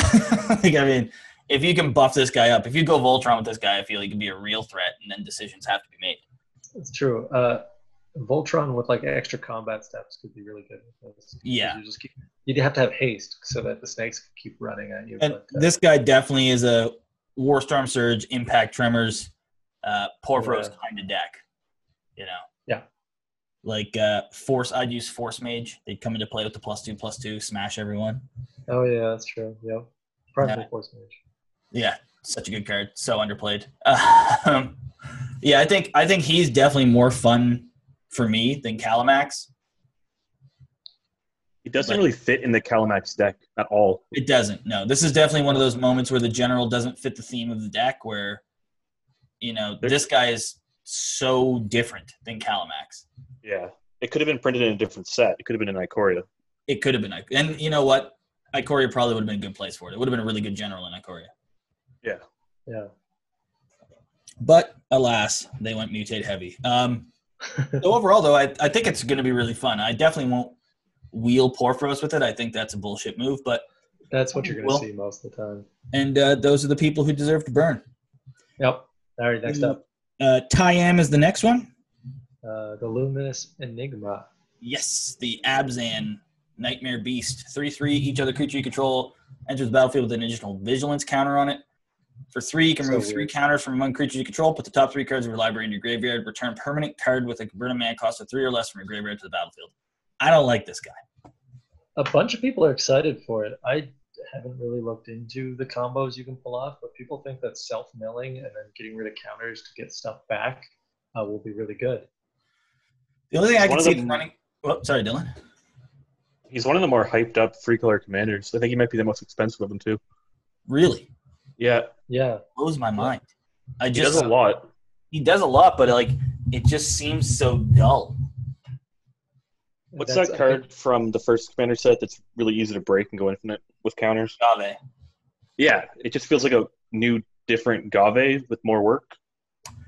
S1: like, I mean, if you can buff this guy up, if you go Voltron with this guy, I feel he could be a real threat, and then decisions have to be made.
S2: It's true. Uh, Voltron with like extra combat steps could be really good. With this. 'Cause
S1: Yeah.
S2: You just keep, you'd have to have haste so that the snakes can keep running at you.
S1: And
S2: but, uh,
S1: this guy definitely is a Warstorm Surge, Impact Tremors, uh, Porpros
S2: Yeah.
S1: kind of deck. You know.
S2: Yeah.
S1: Like uh, Force, I'd use Force Mage. They'd come into play with the plus two, plus two, smash everyone.
S2: oh yeah, that's true. Yep. Primal force mage.
S1: Yeah, such a good card. So underplayed. Um, yeah, I think I think he's definitely more fun for me than Calamax.
S3: It doesn't
S1: But-
S3: really fit in the Calamax deck at all.
S1: It doesn't. No, this is definitely one of those moments where the general doesn't fit the theme of the deck. Where, you know,
S3: There-
S1: this guy is so different than Calamax.
S3: Yeah. It could have been printed in a different set. It could have been in Icoria.
S1: It could have been, I- and you know what? Ikoria probably would have been a good place for it. It would have been a really good general in Ikoria. But alas, they went mutate heavy. Um,
S2: Yeah.
S1: so overall, though, I, I think it's going to be really fun. I definitely won't wheel Porphyros with it. I think that's a bullshit move. But
S2: that's what you're gonna
S1: Well-
S2: see most of the time.
S1: and uh, those are the people who deserve to burn.
S2: Yep. All right. Next up,
S1: uh, Tyam is the next one. Mm.
S2: uh, the luminous enigma.
S1: Yes, the Abzan Nightmare Beast. 3 3, each other creature you control enters the battlefield with an additional vigilance counter on it. For 3, you can
S2: So
S1: remove 3
S2: weird.
S1: counters from among creatures you control, put the top 3 cards of your library in your graveyard, return permanent card with a burn mana cost of 3 or less from your graveyard to the battlefield. I don't like this guy.
S2: a bunch of people are excited for it. I haven't really looked into the combos you can pull off, but people think that self milling and then getting rid of counters to get stuff back uh, will be really good.
S1: The only thing I
S3: One
S1: can
S3: of
S1: see
S3: the-
S1: them running. Oh, sorry, Dylan.
S3: He's one of the more hyped up free color commanders. I think he might be the most expensive of them too.
S1: Really
S3: Yeah.
S2: Yeah, uh,
S1: blows my mind. I
S3: He
S1: just
S3: does a lot.
S1: he does a lot, but like it just seems so dull.
S3: What's
S2: That's-
S3: that
S2: I
S3: card
S2: think-
S3: from the first commander set that's really easy to break and go infinite with counters?
S1: Gave.
S3: Yeah, it just feels like a new, different Gave with more work.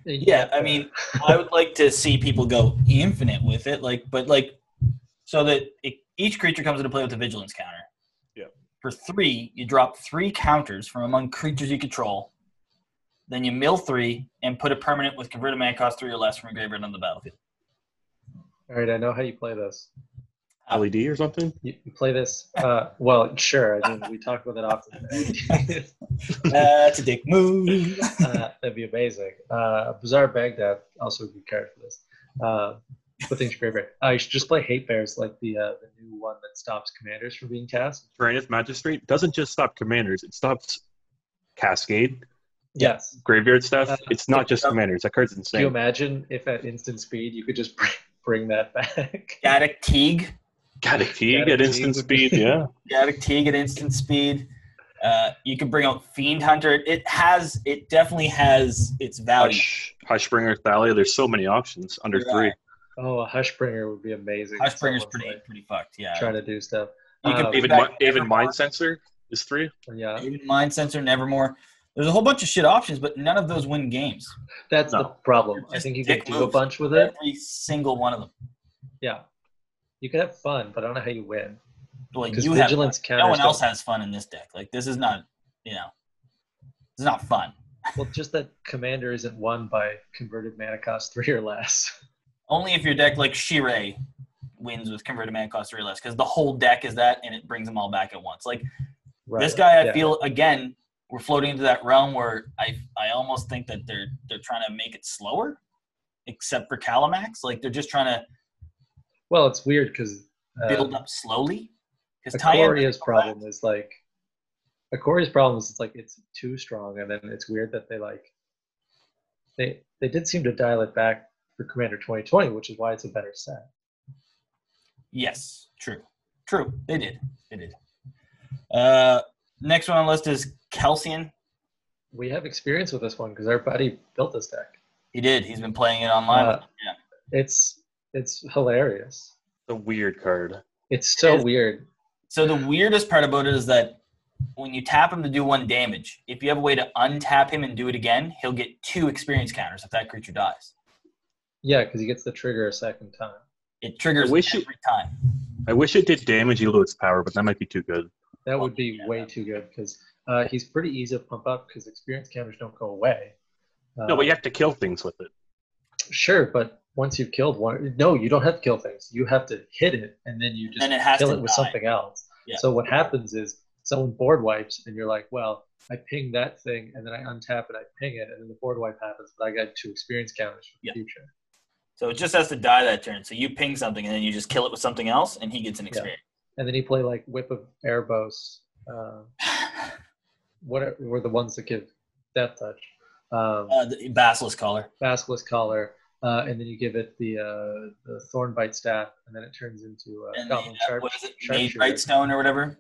S1: Yeah, I mean, I would like to see people go infinite with it, like, but like, so that it, each creature comes into play with a vigilance counter.
S3: Yeah.
S1: For three, you drop three counters from among creatures you control. Then you mill three and put a permanent with converted mana cost three or less from your graveyard on the battlefield.
S2: All right, I know how you play this.
S1: Oh.
S3: LED E or something?
S2: You, you play this. Uh, well, sure. I mean, we talk about that often.
S1: That's a dick move.
S2: uh, that'd be amazing. Uh, Bizarre Baghdad also a good card for this. Uh, but things graveyard. I should just play Hate Bears like the uh, the new one that stops commanders from being cast.
S3: Tyrannus Magistrate doesn't just stop commanders, it stops Cascade,
S2: Yes.
S3: graveyard stuff.
S2: Uh,
S3: it's not just
S2: uh,
S3: commanders. That card's
S2: Can you
S3: insane.
S2: imagine if at instant speed you could just bring, bring that back?
S1: Static Teague.
S3: Gaddock Teague
S2: Gaddock
S3: at
S2: Teague
S3: instant
S2: would be-
S3: speed. Yeah.
S1: Gaddock Teague at instant speed. Uh, you can bring out Fiend Hunter. It has, it definitely has its value.
S3: Hush, Hushbringer, Thalia. There's so many options under
S1: Yeah.
S3: three.
S2: Oh, a Hushbringer would be amazing.
S1: Hushbringer's
S2: Someone's,
S1: pretty,
S2: like,
S1: pretty fucked. Yeah.
S2: trying to do stuff.
S1: You can
S2: Um,
S3: Even,
S1: Uh, Back-
S3: Mi- even Mind Sensor is three.
S2: yeah,
S1: Even Mind Sensor, Nevermore. There's a whole bunch of shit options, but none of those win games.
S2: that's
S3: No.
S2: the problem. I
S1: Just
S2: think you can
S1: dick
S2: do a
S1: moves.
S2: bunch with it.
S1: Every single one of them.
S2: Yeah, you can have fun, but I don't know how you win
S1: Like
S2: because
S1: you have,
S2: vigilance counters.
S1: no one else
S2: that-
S1: has fun in this deck. Like this is not, you know, it's not fun.
S2: Well, just that commander isn't won by converted mana cost three or less.
S1: Only if your deck like Shirei wins with converted mana cost three or less, because the whole deck is that, and it brings them all back at once. Like
S2: Right.
S1: this guy, I
S2: Yeah.
S1: feel again, we're floating into that realm where I I almost think that they're they're trying to make it slower, except for Calamax. Like they're just trying to
S2: Well, it's weird because uh,
S1: build up slowly. Because
S2: Aquaria's problem is like Aquaria's problem is it's like it's too strong, and then it's weird that they like they they did seem to dial it back for Commander 2020, which is why it's a better set.
S1: Yes, true, true. They did, they did. Uh, next one on the list is Kelsian.
S2: We have experience with this one because our buddy built this deck.
S1: He did. He's been playing it online.
S2: Uh,
S1: yeah.
S2: It's it's hilarious.
S3: The weird card.
S2: It's so
S1: It is-
S2: weird.
S1: So the weirdest part about it is that when you tap him to do one damage, if you have a way to untap him and do it again, he'll get two experience counters if that creature dies.
S2: Yeah, because he gets the trigger a second time.
S1: It triggers
S3: I wish
S1: every
S3: it-
S1: time.
S3: I wish it did damage equal to its power, but that might be too good.
S2: That would be
S1: yeah.
S2: way too good because uh, he's pretty easy to pump up because experience counters don't go away. Uh,
S3: No, but you have to kill things with it.
S2: Sure, but once you've killed one, no, you don't have to kill things. You have to hit it, and then you just
S1: Then it has
S2: kill
S1: to
S2: it with
S1: die.
S2: something else.
S1: Yeah.
S2: So what happens is someone board wipes, and you're like, well, I ping that thing, and then I untap it, I ping it, and then the board wipe happens, but I got two experience counters for the
S1: Yeah.
S2: future.
S1: So it just has to die that turn. So you ping something and then you just kill it with something else, and he gets an
S2: Yeah.
S1: experience.
S2: And then you play like Whip of Erebos, uh, what are, were the ones that give Death Touch? Um,
S1: Uh, the Basilisk Collar.
S2: Basilisk Collar, uh, and then you give it the, uh, the Thorn Bite Staff, and then it turns into uh,
S1: And the,
S2: Goblin
S1: uh,
S2: Sharp.
S1: what is it?
S2: sharpshooter.
S1: Made Brightstone or whatever.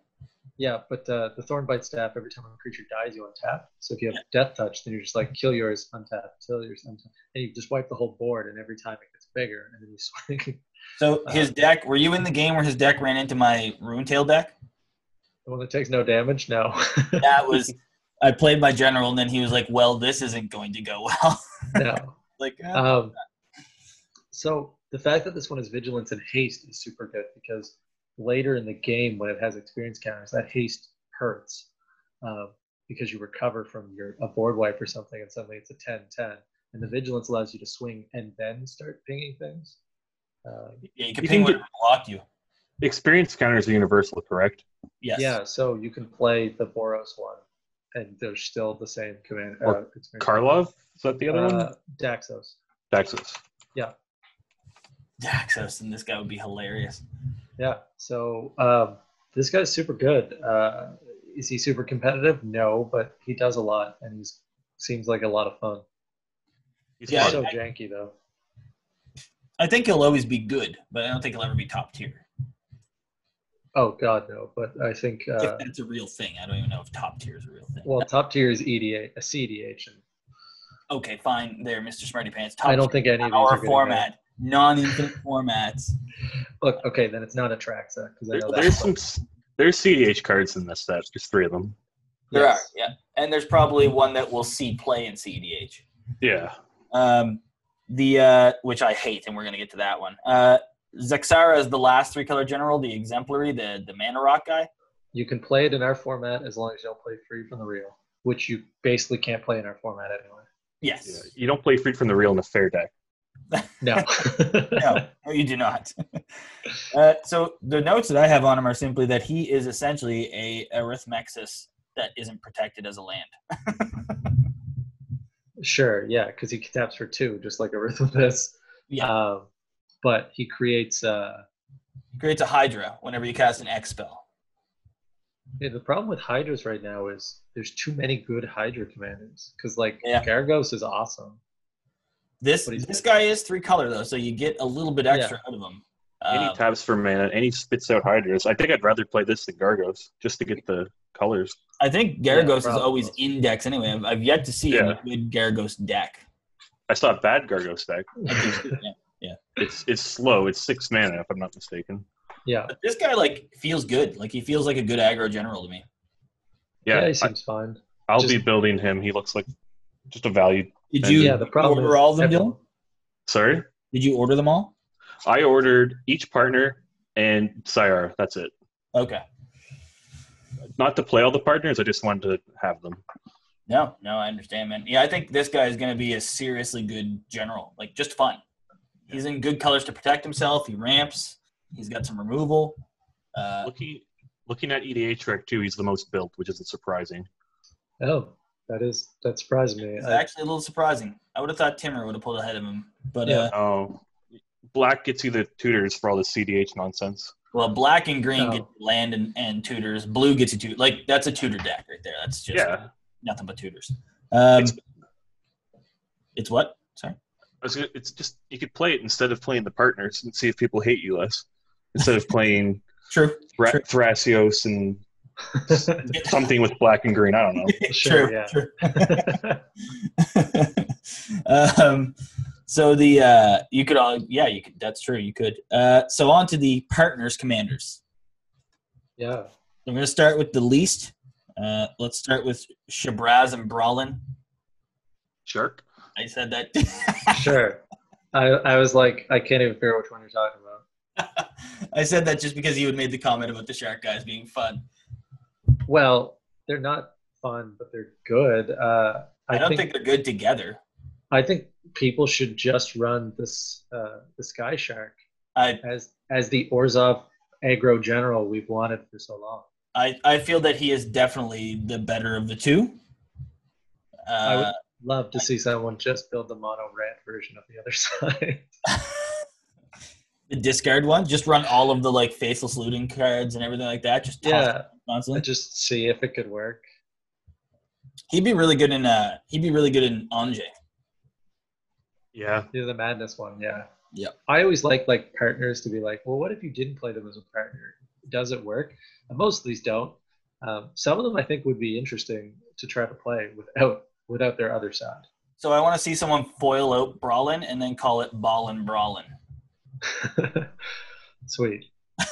S2: Yeah, but uh, the thorn bite staff, every time a creature dies, you untap. So if you have death touch, then you're just like, kill yours, untap, kill yours, untap. And you just wipe the whole board, and every time it gets bigger, and then you swing.
S1: So
S2: Uh,
S1: his deck. Were you in the game where his deck ran into my Runetail deck?
S2: the one that takes no damage? No.
S1: That was. I played my general, and then he was like, "Well, this isn't going to go well."
S2: no.
S1: like, uh,
S2: Um, so the fact that this one is vigilance and haste is super good because later in the game, when it has experience counters, that haste hurts uh, because you recover from your a board wipe or something, and suddenly it's a 10 10. And the vigilance allows you to swing and then start pinging things. Uh,
S1: yeah, you can
S3: You
S1: ping
S3: think
S1: whatever block you.
S3: Experience counters are universal, correct?
S1: Yes.
S2: Yeah, so you can play the Boros one, and there's still the same command.
S3: Or
S2: uh, experience
S3: Karlov? Is that the other one?
S2: Uh, Daxos.
S3: Daxus.
S1: Daxos, and this guy would be hilarious.
S2: Yeah. So um, this guy's super good. Uh, is he super competitive? No, but he does a lot and he's seems like a lot of fun.
S3: He's
S1: Yeah,
S2: He's
S3: yeah,
S2: so janky though.
S1: I think he'll always be good, but I don't think he'll ever be top tier.
S2: Oh God, no. But I think uh,
S1: if that's a real thing, I don't even know if top tier is a real thing.
S2: well, top tier is EDA, a uh, CDH, and
S1: okay, fine. There, Mr. Smarty Pants. Top
S2: I don't think any of these are
S1: our
S2: gonna
S1: format, non-infinite formats.
S2: Go. Look, okay, then it's not a Traxa because I
S3: there,
S2: know that.
S3: there's some s- there's CDH cards in this set. There's three of them.
S1: There
S2: Yes.
S1: are, yeah. And there's probably one that we'll see play in CEDH.
S3: Yeah.
S1: Um, the uh, which I hate, and we're gonna get to that one. Uh, Zexara is the last three color general, the exemplary, the the mana rock guy.
S2: You can play it in our format as long as you don't play free from the real, which you basically can't play in our format anyway.
S1: Yes.
S3: yeah. You don't play free from the real in a fair deck.
S2: No.
S1: no, no, you do not. uh, so the notes that I have on him are simply that he is essentially a Arithmexis that isn't protected as a land.
S2: Sure, yeah, because he taps for two, just like Arithmetus.
S1: Yeah.
S2: Um, but he creates. Uh,
S1: He creates a Hydra whenever you cast an X spell.
S2: yeah, the problem with Hydras right now is there's too many good Hydra commanders. Because like
S1: Yeah.
S2: Gargos is awesome.
S1: This
S2: What he's-
S1: this guy is three color though, so you get a little bit extra out of him.
S3: Any
S1: Um,
S3: taps for mana, any spits out hydras. I think I'd rather play this than Gargos just to get the colors.
S1: I think Garagos is
S2: probably.
S1: always in decks anyway. I've, I've yet to see
S3: Yeah.
S1: a good Garagos deck.
S3: I saw a bad Gargos deck.
S1: Yeah.
S3: It's it's slow. It's six mana if I'm not mistaken.
S2: yeah.
S1: But this guy like feels good. Like he feels like a good aggro general to me.
S3: Yeah,
S2: he seems fine.
S3: I, will
S2: just-
S3: be building him. He looks like just a value.
S1: Did
S3: And-
S1: you
S2: yeah, the problem
S1: order
S2: is
S1: all of them,
S2: everyone-
S1: Dylan?
S3: Sorry,
S1: Did you order them all?
S3: I ordered each partner and Syar. That's it.
S1: Okay.
S3: Not to play all the partners. I just wanted to have them.
S1: No, no, I understand, man. Yeah, I think this guy is going to be a seriously good general. Like, just fun. He's in good colors to protect himself. He ramps. He's got some removal. Uh,
S3: Looking looking at E EDH track too, he's the most built, which isn't surprising.
S2: Oh, that is that surprised me.
S1: it's
S2: I-
S1: actually a little surprising. I would have thought Timmer would have pulled ahead of him, but
S2: Yeah.
S1: uh,
S3: Oh, black gets you the tutors for all the CDH nonsense.
S1: well, black and green
S2: No.
S1: get land and, and tutors. Blue gets a tutor. Like that's a tutor deck right there. That's just
S3: Yeah.
S1: nothing but tutors. Um, it's,
S3: It's-
S1: what? Sorry.
S3: I was gonna, it's just you could play it instead of playing the partners and see if people hate you less. Instead of playing
S1: True.
S3: Thra-
S1: Sure.
S3: Thrasios and something with black and green. I don't know.
S2: Sure,
S1: true.
S2: yeah.
S1: True. um, so the uh, you could all yeah you could that's true you could uh, so on to the partners commanders.
S2: yeah.
S1: I'm going to start with the least. Uh, let's start with Shabraz and Brawlin.
S3: Shark.
S1: I said that.
S2: Sure. I I was like, I can't even figure out which one you're talking about.
S1: I said that just because you had made the comment about the shark guys being fun.
S2: Well, they're not fun, but they're good. Uh,
S1: I,
S2: I,
S1: don't
S2: think,
S1: think, they're good together.
S2: I think people should just run this uh, the Sky Shark
S1: I,
S2: as as the Orzov aggro general we've wanted for so long.
S1: I I feel that he is definitely the better of the two.
S2: I
S1: Uh,
S2: would love to see someone just build the mono rat version of the other side.
S1: the discard one, just run all of the like faceless looting cards and everything like that. Just toss
S2: yeah,
S1: them constantly.
S2: and just see if it could work.
S1: He'd be really good in uh he'd be really good in Anje.
S3: Yeah.
S2: Yeah, the madness one. Yeah.
S1: Yeah.
S2: I always like like partners to be like, well, what if you didn't play them as a partner? Does it work? And most of these don't. Um, some of them I think would be interesting to try to play without without their other side.
S1: So I want to see someone foil out Brawlin and then call it Ballin Brawlin.
S2: Sweet.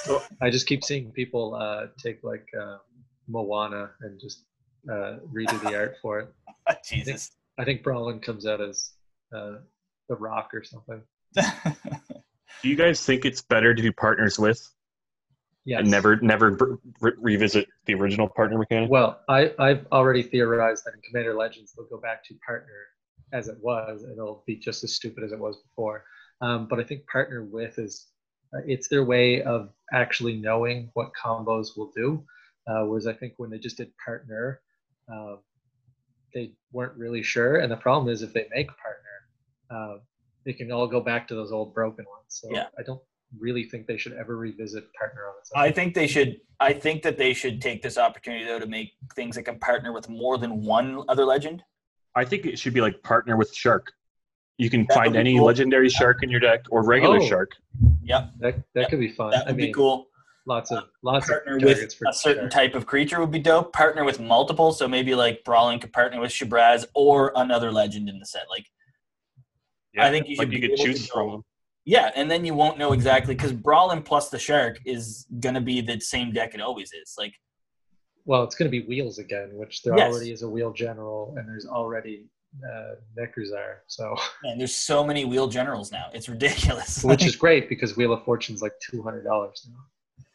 S3: So-
S2: I just keep seeing people uh, take like uh, Moana and just uh, redo the art for it.
S1: Oh, Jesus.
S2: I think Brawlin comes out as uh, the Rock or something.
S3: Do you guys think it's better to do partners with
S2: Yeah.
S3: and never never br- re- revisit the original partner mechanic?
S2: Well, I, I've already theorized that in Commander Legends they'll go back to partner as it was, and it'll be just as stupid as it was before. Um, but I think partner with is uh, it's their way of actually knowing what combos will do. Uh, whereas I think when they just did partner, uh, they weren't really sure. And the problem is if they make partner, uh, they can all go back to those old broken ones. So
S1: Yeah.
S2: I don't really think they should ever revisit partner on its own.
S1: I think they should I think that they should take this opportunity though to make things that can partner with more than one other legend.
S3: I think it should be like partner with shark. You can
S1: That would
S3: find
S1: be
S3: any
S1: cool.
S3: legendary shark in your deck or regular
S2: Oh.
S3: shark.
S2: that that could be fun.
S1: That would
S2: I mean,
S1: be cool.
S2: lots of lots of
S1: Partner with
S2: targets for
S1: a certain
S2: sure.
S1: type of creature would be dope. Partner with multiple, so maybe like Brawlin could partner with Shabraz or another legend in the set. Like I think you
S3: like
S1: should
S3: you
S1: be
S3: could
S1: able to
S3: choose
S1: go-
S3: from them.
S1: Yeah, and then you won't know exactly because Brawlin plus the Shark is gonna be the same deck it always is. Like,
S2: Well, it's going to be wheels again, which there
S1: Yes.
S2: already is a wheel general, and there's already uh, Necrozar, so
S1: man, there's so many wheel generals now. It's ridiculous.
S2: which is great because Wheel of Fortune's like two hundred dollars now.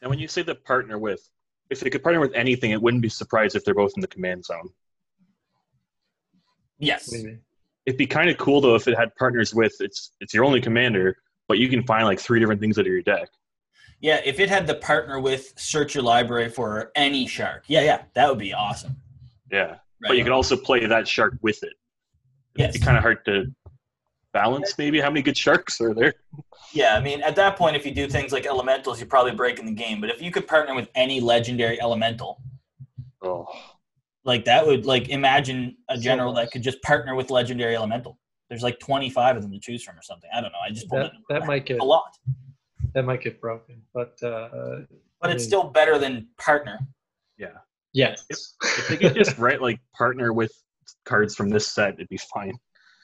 S3: And when you say the partner with, if they could partner with anything, it wouldn't be surprised if they're both in the command zone.
S1: yes,
S2: What do you mean?
S3: It'd be kind of cool though if it had partners with. It's it's your only commander, but you can find like three different things out of your deck.
S1: yeah. If it had the partner with search your library for any shark, yeah, yeah, that would be awesome.
S3: Yeah,
S1: Right?
S3: but you could also play that shark with it. It'd
S1: yes.
S3: be kind of hard to balance maybe how many good sharks are there.
S1: yeah, I mean, at that point, if you do things like elementals, you're probably breaking the game. But if you could partner with any legendary elemental,
S3: Oh,
S1: like that would like imagine a
S2: So
S1: general
S2: much.
S1: that could just partner with legendary elemental. There's like 25 of them to choose from or something. I don't know. I just pulled
S2: That
S1: it.
S2: that might get
S1: a lot.
S2: that might get broken, but uh,
S1: but
S2: I
S1: it's
S2: mean,
S1: still better than partner.
S3: Yeah.
S2: yes.
S3: If they could just write like partner with cards from this set, it'd be fine.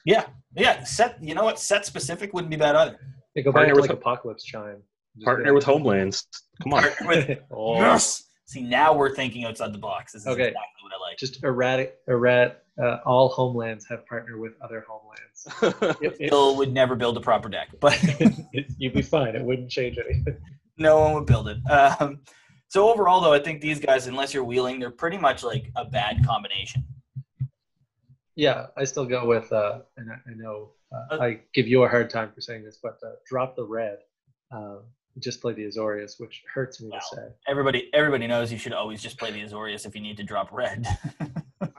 S1: Yeah, yeah. Set, you know what? Set specific wouldn't be bad either.
S2: They go
S3: Partner
S2: back to
S3: with
S2: like
S3: a-
S2: apocalypse chime. Just
S3: Partner
S2: be
S3: with Homelands. Come on.
S1: Partner with
S2: like-
S1: yes. See, now we're thinking outside the box. This is
S2: Okay.
S1: exactly what I like.
S2: just erratic, errat. Uh, all homelands have partner with other homelands. It- it-
S1: Bill would never build a proper deck, but
S2: it- you'd be fine. It wouldn't change anything.
S1: no one would build it. Um, so overall, though, I think these guys, unless you're wheeling, they're pretty much like a bad combination.
S2: Yeah, I still go with. Uh, and I, I know uh,
S1: Uh,
S2: I give you a hard time for saying this, but uh, drop the red. Uh, just play the Azorius, which hurts me
S1: Wow.
S2: to say.
S1: Everybody, everybody knows you should always just play the Azorius if you need to drop red.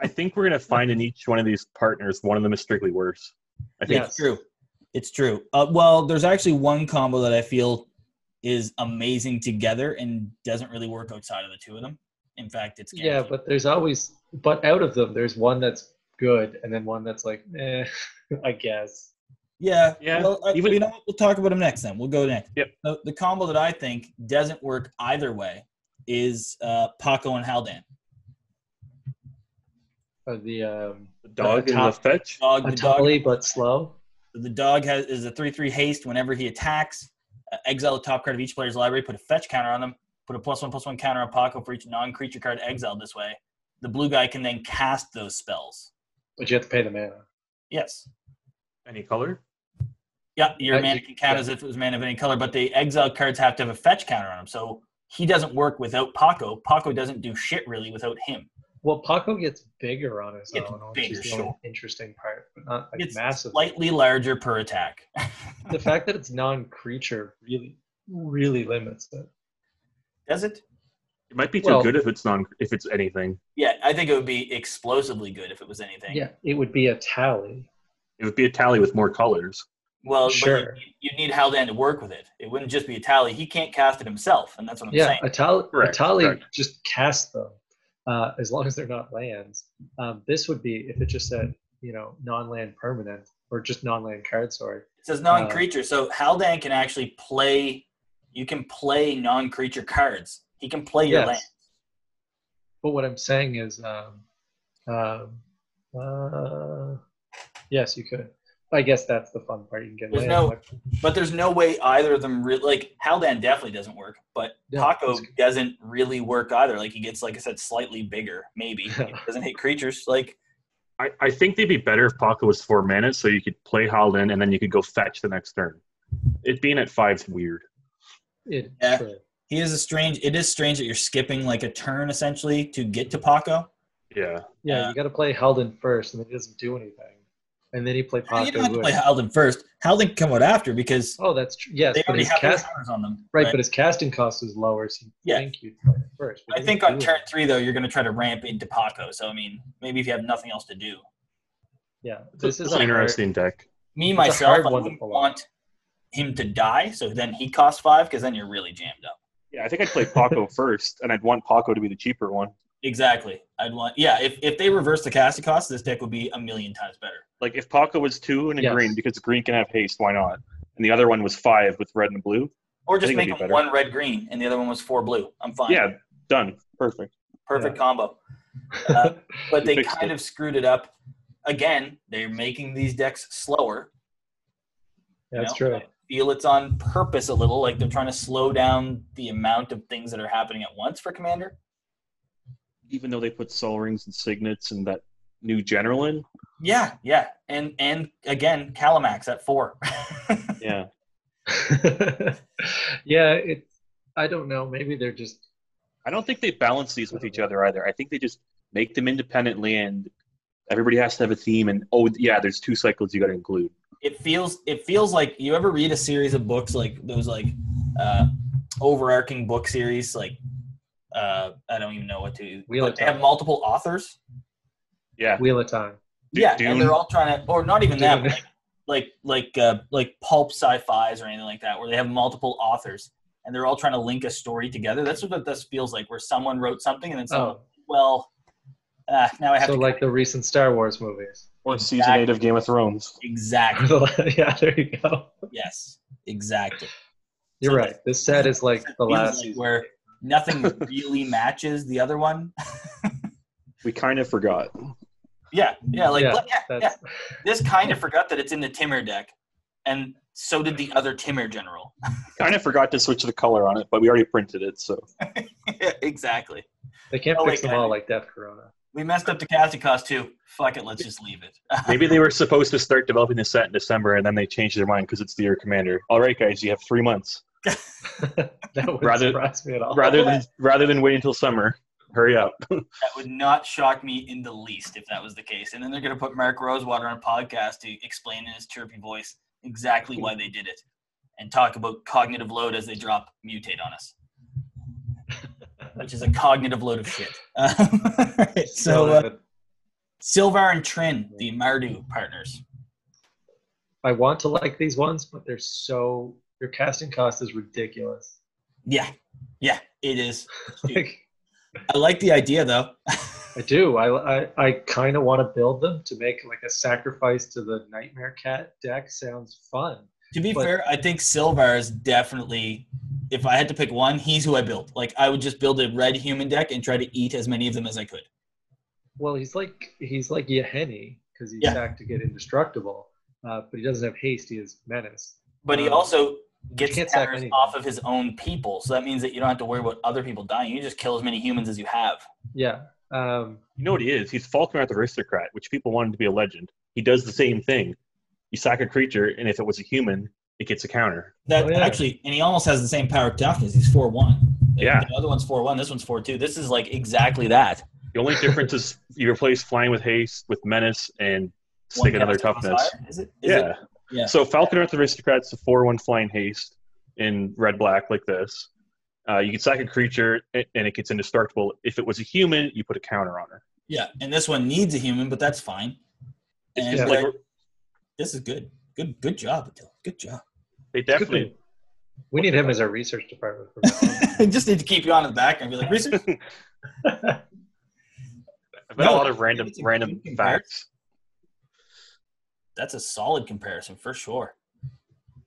S3: I think we're gonna find in each one of these partners one of them is strictly worse. I think
S2: Yes.
S1: true. It's true. Uh, well, there's actually one combo that I feel is amazing together and doesn't really work outside of the two of them. In fact, it's
S2: Yeah, but there's always, but out of them, there's one that's good, and then one that's like, eh, I guess.
S1: Yeah.
S3: Yeah,
S1: Well, I,
S3: even-
S1: you know what? We'll talk about them next. Then we'll go next.
S3: Yep.
S1: The, the combo that I think doesn't work either way is uh, Paco and Haldan.
S2: Or the um,
S3: the dog in the
S2: Top-
S3: fetch.
S1: Dog, the dog,
S2: Atali, but slow.
S1: the dog has is a three three haste. Whenever he attacks, uh, exile the top card of each player's library. Put a fetch counter on them. Put a plus one plus one counter on Paco for each non creature card exiled this way. The blue guy can then cast those spells.
S2: But you have to pay the mana.
S1: Yes.
S3: Any color?
S1: Yep. Your
S2: Uh,
S1: mana
S2: you-
S1: can count as if it was mana of any color, but the exiled cards have to have a fetch counter on them. So he doesn't work without Paco. Paco doesn't do shit really without him.
S2: Well, Paco gets bigger on his
S1: Gets
S2: own, which
S1: bigger,
S2: is the only
S1: sure.
S2: interesting part, but not like
S1: It's
S2: massive.
S1: slightly larger per attack.
S2: the fact that it's non-creature really, really limits it.
S1: Does it?
S3: It might be too
S2: Well-
S3: good if it's non if it's anything.
S1: Yeah, I think it would be explosively good if it was anything.
S2: Yeah, it would be a tally.
S3: It would be a tally with more colors.
S1: Well,
S2: Sure.
S1: sure. you, would need Haldan to work with it. It wouldn't just be a tally. He can't cast it himself, and that's what I'm
S2: Yeah,
S1: saying.
S2: a tally. A
S3: Correct,
S2: tally
S3: correct.
S2: just cast them, uh, as long as they're not lands. Um, this would be if it just said you know non-land permanent or just non-land card. Sorry,
S1: It says
S2: uh,
S1: non-creature, so Haldan can actually play. You can play non-creature cards. He can play your
S2: Yes.
S1: land.
S2: But what I'm saying is, um, um, uh, yes, you could. I guess that's the fun part. You can get
S1: There's
S2: land.
S1: no- But there's no way either of them really like Haldan definitely doesn't work, but
S2: Yeah,
S1: Paco
S2: it's-
S1: doesn't really work either. Like he gets, like I said, slightly bigger, maybe. He doesn't hit creatures. Like
S3: I, I think they'd be better if Paco was four mana, so you could play Holland and then you could go fetch the next turn. It being at five's weird.
S2: It,
S1: Yeah.
S2: sure.
S1: he is a strange it is strange that you're skipping like a turn essentially to get to Paco.
S3: Yeah.
S2: Yeah,
S1: Uh,
S2: you got to play Helden first, and then he doesn't do anything, and then you play
S1: You don't
S2: Paco.
S1: have to
S2: who-
S1: play Haldan first. Haldan can come out after because
S2: Oh, that's true. Yes,
S1: they
S2: but
S1: already
S2: his
S1: have their
S2: cast,
S1: counters on them.
S2: right, but his casting cost is lower, so you
S1: Yeah.
S2: think you'd play it first. but
S1: I
S2: he
S1: think
S2: didn't
S1: on
S2: do
S1: turn
S2: it.
S1: three though, you're going to try to ramp into Paco. So I mean, maybe if you have nothing else to do.
S2: Yeah,
S3: This
S2: this
S3: is
S2: is
S3: an
S2: a
S3: interesting deck.
S1: Me
S2: a
S1: myself,
S2: hard
S1: I
S2: one to
S1: wouldn't
S2: pull off.
S1: want him to die. So then he costs five because then you're really jammed up.
S3: Yeah, I think I'd play Paco first, and I'd want Paco to be the cheaper one.
S1: Exactly. I'd want yeah. If if they reverse the casting cost, this deck would be a million times better.
S3: Like if Paco was two and a
S2: Yes.
S3: green, because green can have haste, why not? And the other one was five with red and blue.
S1: Or
S3: I
S1: just
S3: think it'd
S1: make
S3: be
S1: them
S3: better.
S1: one red green and the other one was four blue. I'm fine.
S3: Yeah, done. Perfect.
S1: Perfect
S2: Yeah.
S1: combo. Uh, but
S3: You
S1: they
S3: fixed
S1: kind
S3: it.
S1: of screwed it up. Again, they're making these decks slower. you
S2: That's
S1: know?
S2: true.
S1: I feel it's on purpose a little, like they're trying to slow down the amount of things that are happening at once for Commander.
S3: Even though they put soul rings and signets and that new general in.
S1: Yeah, yeah, and and again, Calamax at four.
S3: Yeah.
S2: yeah, it. I don't know. Maybe they're just
S3: I don't think they balance these with each other either. I think they just make them independently and everybody has to have a theme and oh yeah, there's two cycles you gotta include.
S1: it feels it feels like you ever read a series of books like those like uh, overarching book series like uh, I don't even know what to.
S2: Wheel of
S1: they have
S2: Time.
S1: multiple authors.
S3: Yeah.
S2: wheel of time.
S3: D-
S1: yeah,
S3: Dune.
S1: and they're all trying to, or not even that,
S2: Dune.
S1: but like like like, uh, like pulp sci-fi's or anything like that, where they have multiple authors and they're all trying to link a story together. That's what this feels like, where someone wrote something and then someone,
S2: Oh,
S1: well, uh, now I have
S2: so
S1: to
S2: like the recent Star Wars movies.
S3: Or season eight of Game of Thrones.
S1: exactly
S2: yeah, there you go.
S1: yes, exactly.
S2: You're right. This set is like the
S1: Feels
S2: last.
S1: like
S2: season.
S1: where nothing really matches the other one.
S3: We kind of forgot.
S1: Yeah, yeah, like
S2: Yeah,
S1: yeah, yeah,
S2: That's,
S1: This kind of forgot that it's in the Timmer deck, and so did the other Timmer general.
S3: Kind of forgot to switch the color on it, but we already printed it, so
S1: exactly.
S2: They can't
S1: Oh,
S2: fix
S1: wait,
S2: them all
S1: guys.
S2: like Death Corona.
S1: We messed up the casting cost too. Fuck it, let's just leave it.
S3: maybe they were supposed to start developing the set in December, and then they changed their mind because it's the year commander. All right, guys, you have three months
S2: that would
S3: Rather-
S2: surprise me at all.
S3: rather than rather than wait until summer. Hurry up.
S1: That would not shock me in the least if that was the case. And then they're going to put Mark Rosewater on a podcast to explain in his chirpy voice exactly why they did it and talk about cognitive load as they drop mutate on us, which is a cognitive load of shit. Alright, so, uh, Silvar and Trin, the Mardu partners.
S2: I want to like these ones, but they're so your casting cost is ridiculous.
S1: Yeah, yeah, it is.
S2: Like
S1: I like the idea though.
S2: I do. I I, I kind of want to build them to make like a sacrifice to the Nightmare Cat deck. Sounds fun.
S1: To be
S2: But-
S1: fair, I think Silvar is definitely. If I had to pick one, he's who I built. Like I would just build a red human deck and try to eat as many of them as I could.
S2: Well, he's like he's like Yeheni because he's
S1: Yeah.
S2: sacked to get indestructible, uh, but he doesn't have haste. He is menace.
S1: But he
S2: Um,
S1: also gets
S2: can't sack
S1: counters
S2: anything.
S1: off of his own people, so that means that you don't have to worry about other people dying. You just kill as many humans as you have.
S2: Yeah. Um,
S3: You know what he is? He's Falconer the Aristocrat, which people wanted to be a legend. He does the same thing. You sack a creature, and if it was a human, it gets a counter.
S1: That
S2: Oh, yeah.
S1: actually, and he almost has the same power of toughness. He's four one.
S3: Yeah.
S1: The other one's four one. This one's four two. This is like exactly that.
S3: The only difference is you replace flying with haste with menace and
S1: One
S3: stick another
S1: cast on
S3: toughness.
S1: fire, Is it? Is
S3: Yeah.
S1: It? Yeah.
S3: So Falconer the Aristocrat's a four-one flying haste in red black like this. Uh, you can sack a creature, a- and it gets indestructible. If it was a human, you put a counter on her.
S1: Yeah. And this one needs a human, but that's fine.
S3: It's
S1: And
S3: just
S1: like,
S3: like
S1: this is good. Good. Good job, Attila. Good job.
S3: they definitely.
S2: we need him as our research department. For now.
S1: I just need to keep you on in the background and be like, research.
S3: I've had a
S1: No,
S3: lot of random
S1: it's a
S3: random
S1: human compare-
S3: facts.
S1: That's a solid comparison for sure.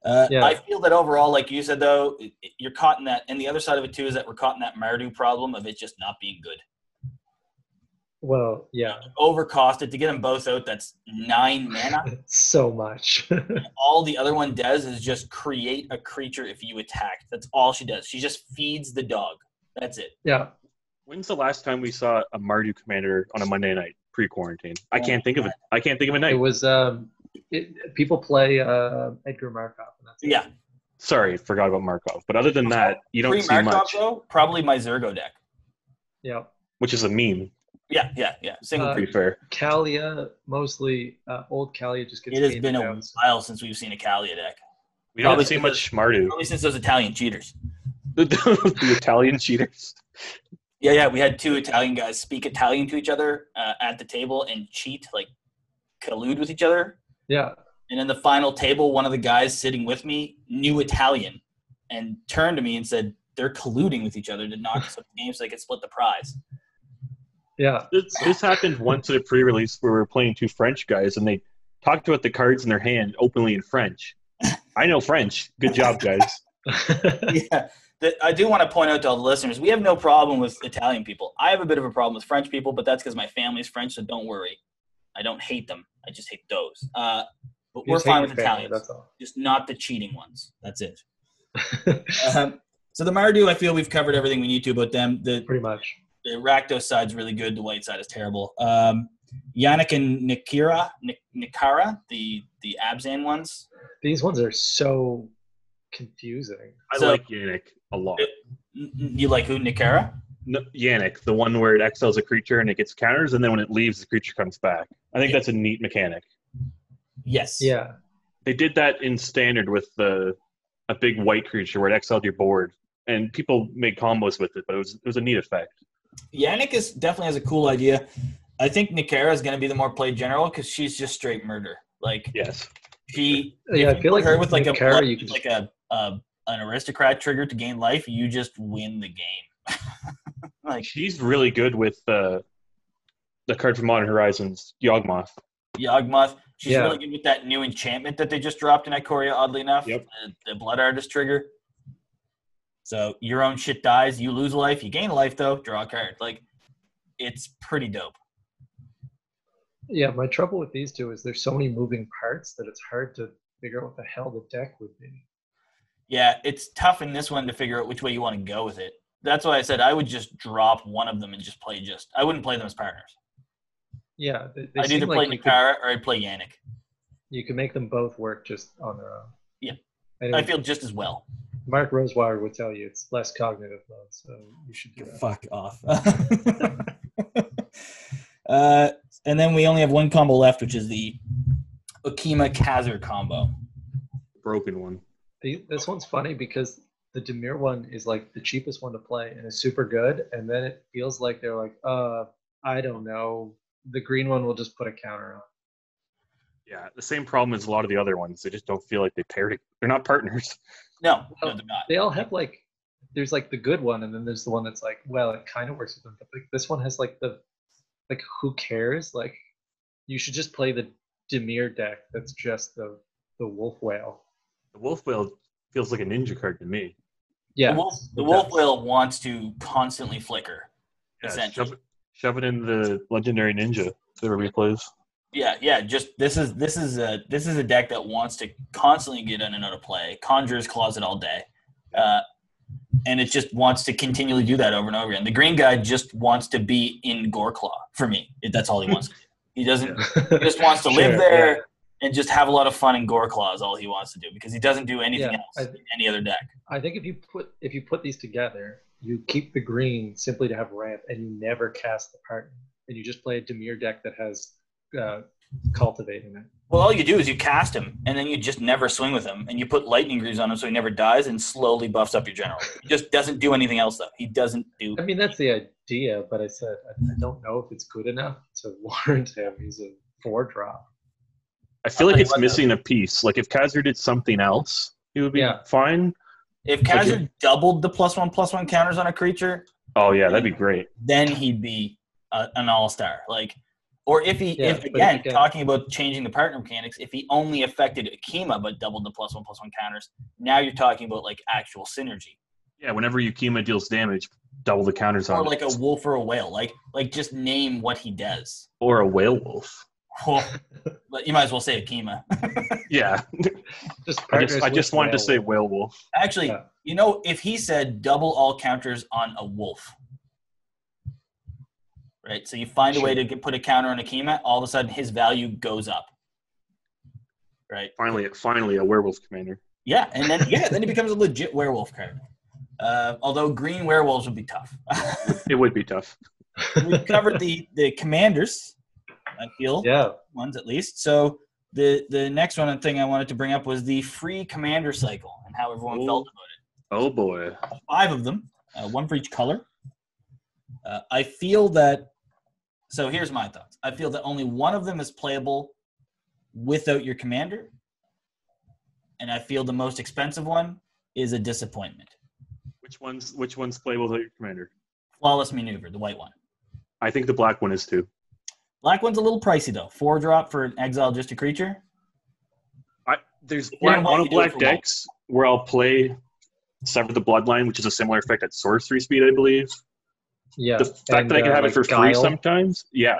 S1: Uh,
S2: Yeah.
S1: I feel that overall, like you said, though, it- it- you're caught in that. And the other side of it, too, is that we're caught in that Mardu problem of it just not being good.
S2: well, yeah,
S1: Overcosted to get them both out, that's nine mana.
S2: so much.
S1: all the other one does is just create a creature if you attack. That's all she does. She just feeds the dog. That's it.
S2: yeah,
S3: When's the last time we saw a Mardu commander on a Monday night pre-quarantine? I can't think of it. I can't think of a
S2: it
S3: night.
S2: was. Um, it, people play uh, Edgar Markov, and that's it.
S1: Yeah.
S3: Sorry, forgot about Markov. But other than that, you don't
S1: Pre
S3: see
S1: Markov,
S3: much,
S1: though, probably my Zergo deck.
S2: yeah.
S3: which is a meme.
S1: Yeah, yeah, yeah. Single
S2: Uh,
S3: To be fair,
S2: Kalia, mostly uh, old Kalia, just gets.
S1: It has
S2: handed
S1: been a
S2: down.
S1: while since we've seen a Kalia deck.
S3: we don't
S1: probably
S3: see
S1: because-
S3: much Mardu.
S1: Probably since those Italian cheaters.
S3: the, the Italian cheaters.
S1: Yeah, yeah. We had two Italian guys speak Italian to each other uh, at the table and cheat, like collude with each other.
S2: Yeah,
S1: And in the final table, one of the guys sitting with me knew Italian and turned to me and said, "They're colluding with each other to knock us out of the game so they could split the prize."
S2: yeah,
S3: This, this happened once at a pre-release where we were playing two French guys, and they talked about the cards in their hand openly in French. I know French. Good job, guys.
S1: yeah. That I do want to point out to all the listeners, we have no problem with Italian people. I have a bit of a problem with French people, but that's because my family's French, so don't worry. I don't hate them. I just hate those. Uh, but
S2: You
S1: we're
S2: just hate
S1: fine
S2: your
S1: with
S2: family,
S1: Italians,
S2: That's all.
S1: just not the cheating ones. That's it. um, so the Mardu, I feel we've covered everything we need to about them. The,
S2: Pretty much.
S1: the Rakdos side's really good. The White side is terrible. Um, Yannick and Nikira, Nik- Nikara, the the Abzan ones,
S2: These ones are so confusing.
S3: I
S1: So-
S3: like Yannick a lot.
S1: N- n- you like who? Nikara.
S3: No, Yannick, the one where it exiles a creature and it gets counters, and then when it leaves, the creature comes back. I think that's a neat mechanic.
S1: Yes.
S2: Yeah,
S3: They did that in standard with the a big white creature where it exiled your board, and people made combos with it, but it was it was a neat effect.
S1: Yannick is definitely has a cool idea. I think Nikara is going to be the more played general because she's just straight murder. Like
S3: Yes,
S1: she,
S2: yeah.
S1: if
S2: I
S1: you
S2: feel
S1: put
S2: like
S1: her with like a
S2: Nikara,
S1: blood-
S2: you can
S1: like a, a an aristocrat trigger to gain life, you just win the game. like
S3: she's really good with uh, the card from Modern Horizons, Yawgmoth.
S1: Yawgmoth, she's
S2: Yeah.
S1: really good with that new enchantment that they just dropped in Ikoria. Oddly enough,
S3: Yep.
S1: the, the Blood Artist trigger. So your own shit dies, you lose a life, you gain a life though, draw a card. Like it's pretty dope.
S2: Yeah, my trouble with these two is there's so many moving parts that it's hard to figure out what the hell the deck would be.
S1: Yeah, it's tough in this one to figure out which way you want to go with it. That's why I said I would just drop one of them and just play just. I wouldn't play them as partners.
S2: Yeah, they, they
S1: I'd
S2: seem
S1: either play
S2: like you, could,
S1: Nakara or I'd play Yannick.
S2: you could make them both work just on their own.
S1: Yeah.
S2: And
S1: I feel just as well.
S2: Mark Rosewater would tell you it's less cognitive mode, so you should do that.
S1: Fuck off. uh, and then we only have one combo left, which is the Okima Kazer combo.
S3: Broken one.
S2: The, this one's funny because the Demir one is like the cheapest one to play and it's super good, and then it feels like they're like, uh, I don't know. The green one will just put a counter on.
S3: Yeah, the same problem as a lot of the other ones. They just don't feel like they paired. They're not partners.
S1: No, no, they're not.
S2: They all have like, there's like the good one, and then there's the one that's like, well, it kind of works with them, but like this one has like the, like who cares? Like, you should just play the Demir deck. That's just the the wolf whale.
S3: The wolf whale feels like a ninja card to me.
S2: Yeah,
S1: the wolf, the
S2: it
S1: wolf
S2: does.
S1: whale wants to constantly flicker.
S3: Yeah,
S1: Essentially.
S3: shove, it- shove it in the legendary ninja. Whoever replays.
S1: Yeah, yeah. Just this is this is a this is a deck that wants to constantly get in and out of play. Conjurer's Closet all day, uh, and it just wants to continually do that over and over again. The green guy just wants to be in Goreclaw for me. It- That's all he wants. he doesn't. He just wants to live
S2: Sure,
S1: there
S2: yeah.
S1: and just have a lot of fun in Goreclaw is all he wants to do because he doesn't do anything
S2: Yeah,
S1: else
S2: I-
S1: in any other deck.
S2: I think if you put if you put these together, you keep the green simply to have ramp, and you never cast the partner, and you just play a Demir deck that has uh, cultivate in it.
S1: Well, all you do is you cast him, and then you just never swing with him, and you put lightning greaves on him so he never dies, and slowly buffs up your general. He just doesn't do anything else though. He doesn't do.
S2: I mean, that's the idea, but I said I, I don't know if it's good enough to warrant him. He's a four drop.
S3: I
S2: I'll
S3: feel like
S2: tell you
S3: it's
S2: what, though.
S3: missing a piece. Like if Kaiser did something else, he would be
S2: Yeah.
S3: fine.
S1: If
S3: But
S1: Kaiser
S3: you-
S1: doubled the plus one plus one counters on a creature,
S3: Oh yeah, that'd be great.
S1: then he'd be a, an all star. Like, or if he,
S2: Yeah,
S1: if
S2: but
S1: again,
S2: again-
S1: talking about changing the partner mechanics, if he only affected Akima but doubled the plus one plus one counters, now you're talking about like actual synergy,
S3: Yeah, whenever Yukima deals damage, double the counters on
S1: or
S3: it.
S1: like a wolf or a whale. Like, like just name what he does. Oh,
S3: or a whale wolf.
S1: but you might as well say Akima.
S3: Yeah,
S2: Just
S3: I just,
S2: partners
S3: I just
S2: with
S3: wanted to
S2: whale.
S3: say whale wolf.
S1: Actually,
S2: Yeah.
S1: you know, if he said double all counters on a wolf, right? So you find a way to get, put a counter on Akima, all of a sudden his value goes up, right?
S3: Finally, finally a werewolf commander.
S1: Yeah, and then yeah, then he becomes a legit werewolf card. Uh, although green werewolves would be tough.
S3: It would be tough.
S1: We've covered the the commanders, I feel
S2: yeah,
S1: ones at least. So the the next one thing I wanted to bring up was the free commander cycle and how everyone
S3: Ooh.
S1: felt about it.
S3: Oh boy.
S1: five of them, uh, one for each color. Uh, I feel that. So here's my thoughts. I feel that only one of them is playable without your commander, and I feel the most expensive one is a disappointment.
S3: Which one's which one's playable without your commander?
S1: Flawless maneuver, the white one.
S3: I think the black one is too.
S1: Black one's a little pricey though. Four drop for an exile, just a creature.
S3: I there's
S1: you're in
S3: black,
S1: white,
S3: mono
S1: you do it
S3: black
S1: for white.
S3: decks where I'll play Sever the Bloodline, which is a similar effect at sorcery speed, I believe.
S2: yeah.
S3: The fact
S2: And,
S3: that I can
S2: uh,
S3: have
S2: like
S3: it for free
S2: Guile.
S3: sometimes, yeah.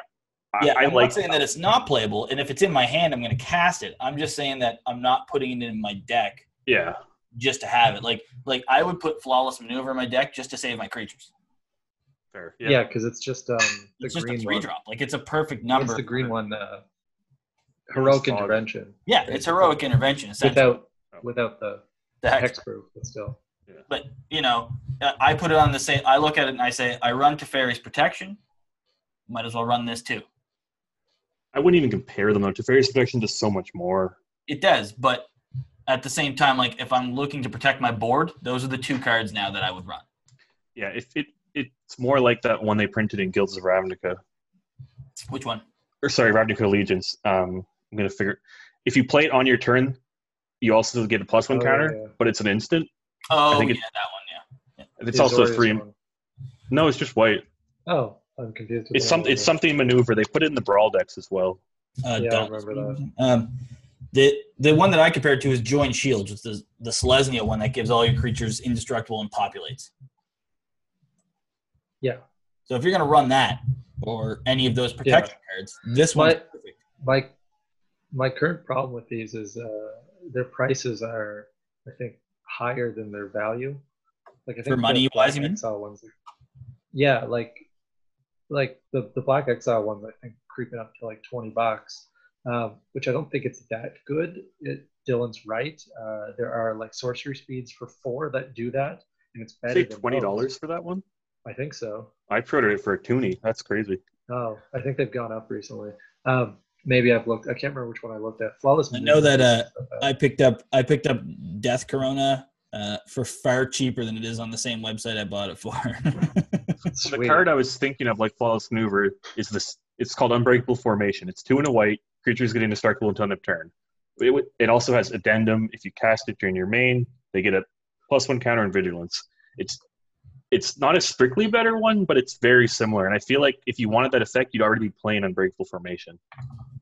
S1: Yeah,
S3: I, I
S1: am
S3: like
S1: not saying that it's not playable, and if it's in my hand, I'm going to cast it. I'm just saying that I'm not putting it in my deck
S3: yeah.
S1: just to have it. Like like I would put flawless maneuver in my deck just to save my creatures.
S3: Fair. Yeah.
S2: Yeah, because it's just um the
S1: It's just a
S2: green
S1: three
S2: one.
S1: drop. Like it's a perfect
S2: What's
S1: number.
S2: the green one? Uh, heroic
S3: Fog.
S2: intervention
S1: Yeah, it's heroic intervention essentially.
S2: without without the
S1: The hex-
S2: hexproof, but still.
S1: But you know, I I put it on the same. I look at it and I say, I run Teferi's protection. Might as well run this too.
S3: I wouldn't even compare them though. Teferi's protection does so much more.
S1: It does, but at the same time, like if I'm looking to protect my board, those are the two cards now that I would run.
S3: Yeah, if it it's more like that one they printed in Guilds of Ravnica.
S1: Which one?
S3: or sorry, Ravnica Allegiance. Um, I'm gonna figure. If you play it on your turn, you also get a plus one
S2: Oh,
S3: counter,
S2: yeah.
S3: but it's an instant.
S1: Oh yeah, that
S3: think
S1: one.
S3: it-
S1: Yeah.
S3: It's
S2: The
S3: also
S2: Azorius
S3: three.
S2: one.
S3: No, it's just white.
S2: Oh, I'm confused. with
S3: It's
S2: the
S3: some.
S2: other
S3: It's
S2: one.
S3: something maneuver. They put it in the brawl decks as well.
S1: Uh,
S2: Yeah, I
S1: Dauntless
S2: remember that.
S1: Fusion. Um, the the one that I compared to is Joint Shields, which is the Selesnya one that gives all your creatures indestructible and populates.
S2: Yeah.
S1: So if you're going to run that or any of those protection cards, this
S2: My-
S1: one's perfect.
S2: my my current problem with these is uh, their prices are I think higher than their value. Like I think
S1: For money wise, you mean?
S2: Exile ones. Yeah, like like the the Black Exile ones I think creeping up to like twenty bucks, um, which I don't think it's that good. It, Dylan's right. Uh, there are like sorcery speeds for four that do that, and it's better.
S3: Say
S2: than
S3: twenty
S2: most.
S3: dollars for that one.
S2: I think so.
S3: I pre-ordered it for a toonie. That's crazy.
S2: Oh, I think they've gone up recently. Um, maybe I've looked. I can't remember which one I looked at. Flawless.
S1: I know that, uh,
S2: Movement.
S1: I picked up I picked up Death Corona uh, for far cheaper than it is on the same website I bought it for.
S3: The
S2: Sweet.
S3: card I was thinking of, like flawless maneuver, is this. It's called Unbreakable Formation. It's two and a white. Creatures get indestructible until end of turn. It, would- it also has addendum. If you cast it during your main, they get a plus one counter and vigilance. It's it's not a strictly better one, but it's very similar. And I feel like if you wanted that effect, you'd already be playing Unbreakable Formation.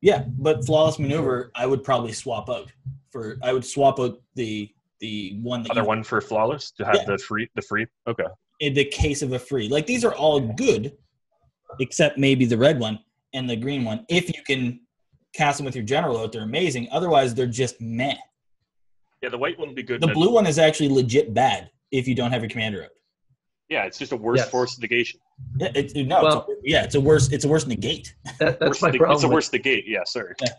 S1: yeah, but flawless maneuver I would probably swap out for I would swap out the the one that
S3: Another
S1: you-
S3: one for flawless to have
S1: Yeah.
S3: the free the free. Okay,
S1: in the case of a free. Like these are all good, except maybe the red one and the green one. If you can cast them with your general out, they're amazing. Otherwise, they're just meh.
S3: yeah, the white one would be good.
S1: The
S3: to-
S1: blue one is actually legit bad if you don't have your commander out.
S3: yeah, it's just a worse
S2: Yes.
S3: force negation.
S1: Yeah, it, it- no, it's a-
S2: Well-
S1: yeah, it's a worse, it's a worse negate.
S2: That, that's
S3: Worse
S2: my
S3: neg-
S2: problem.
S3: It's a worse negate. Yeah, sorry.
S2: With,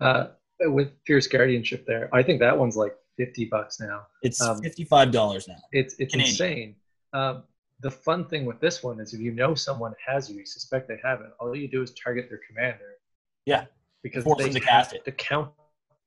S2: uh, with Fierce Guardianship there. I think that one's like 50 bucks now.
S1: It's
S2: Um,
S1: fifty-five dollars now.
S2: It's, it's
S1: Canadian.
S2: insane. Um, the fun thing with this one is if you know someone has you, you suspect they have it, all you do is target their commander.
S1: Yeah.
S2: Because
S1: Force
S2: they
S1: them to
S2: have
S1: cast it.
S2: To count,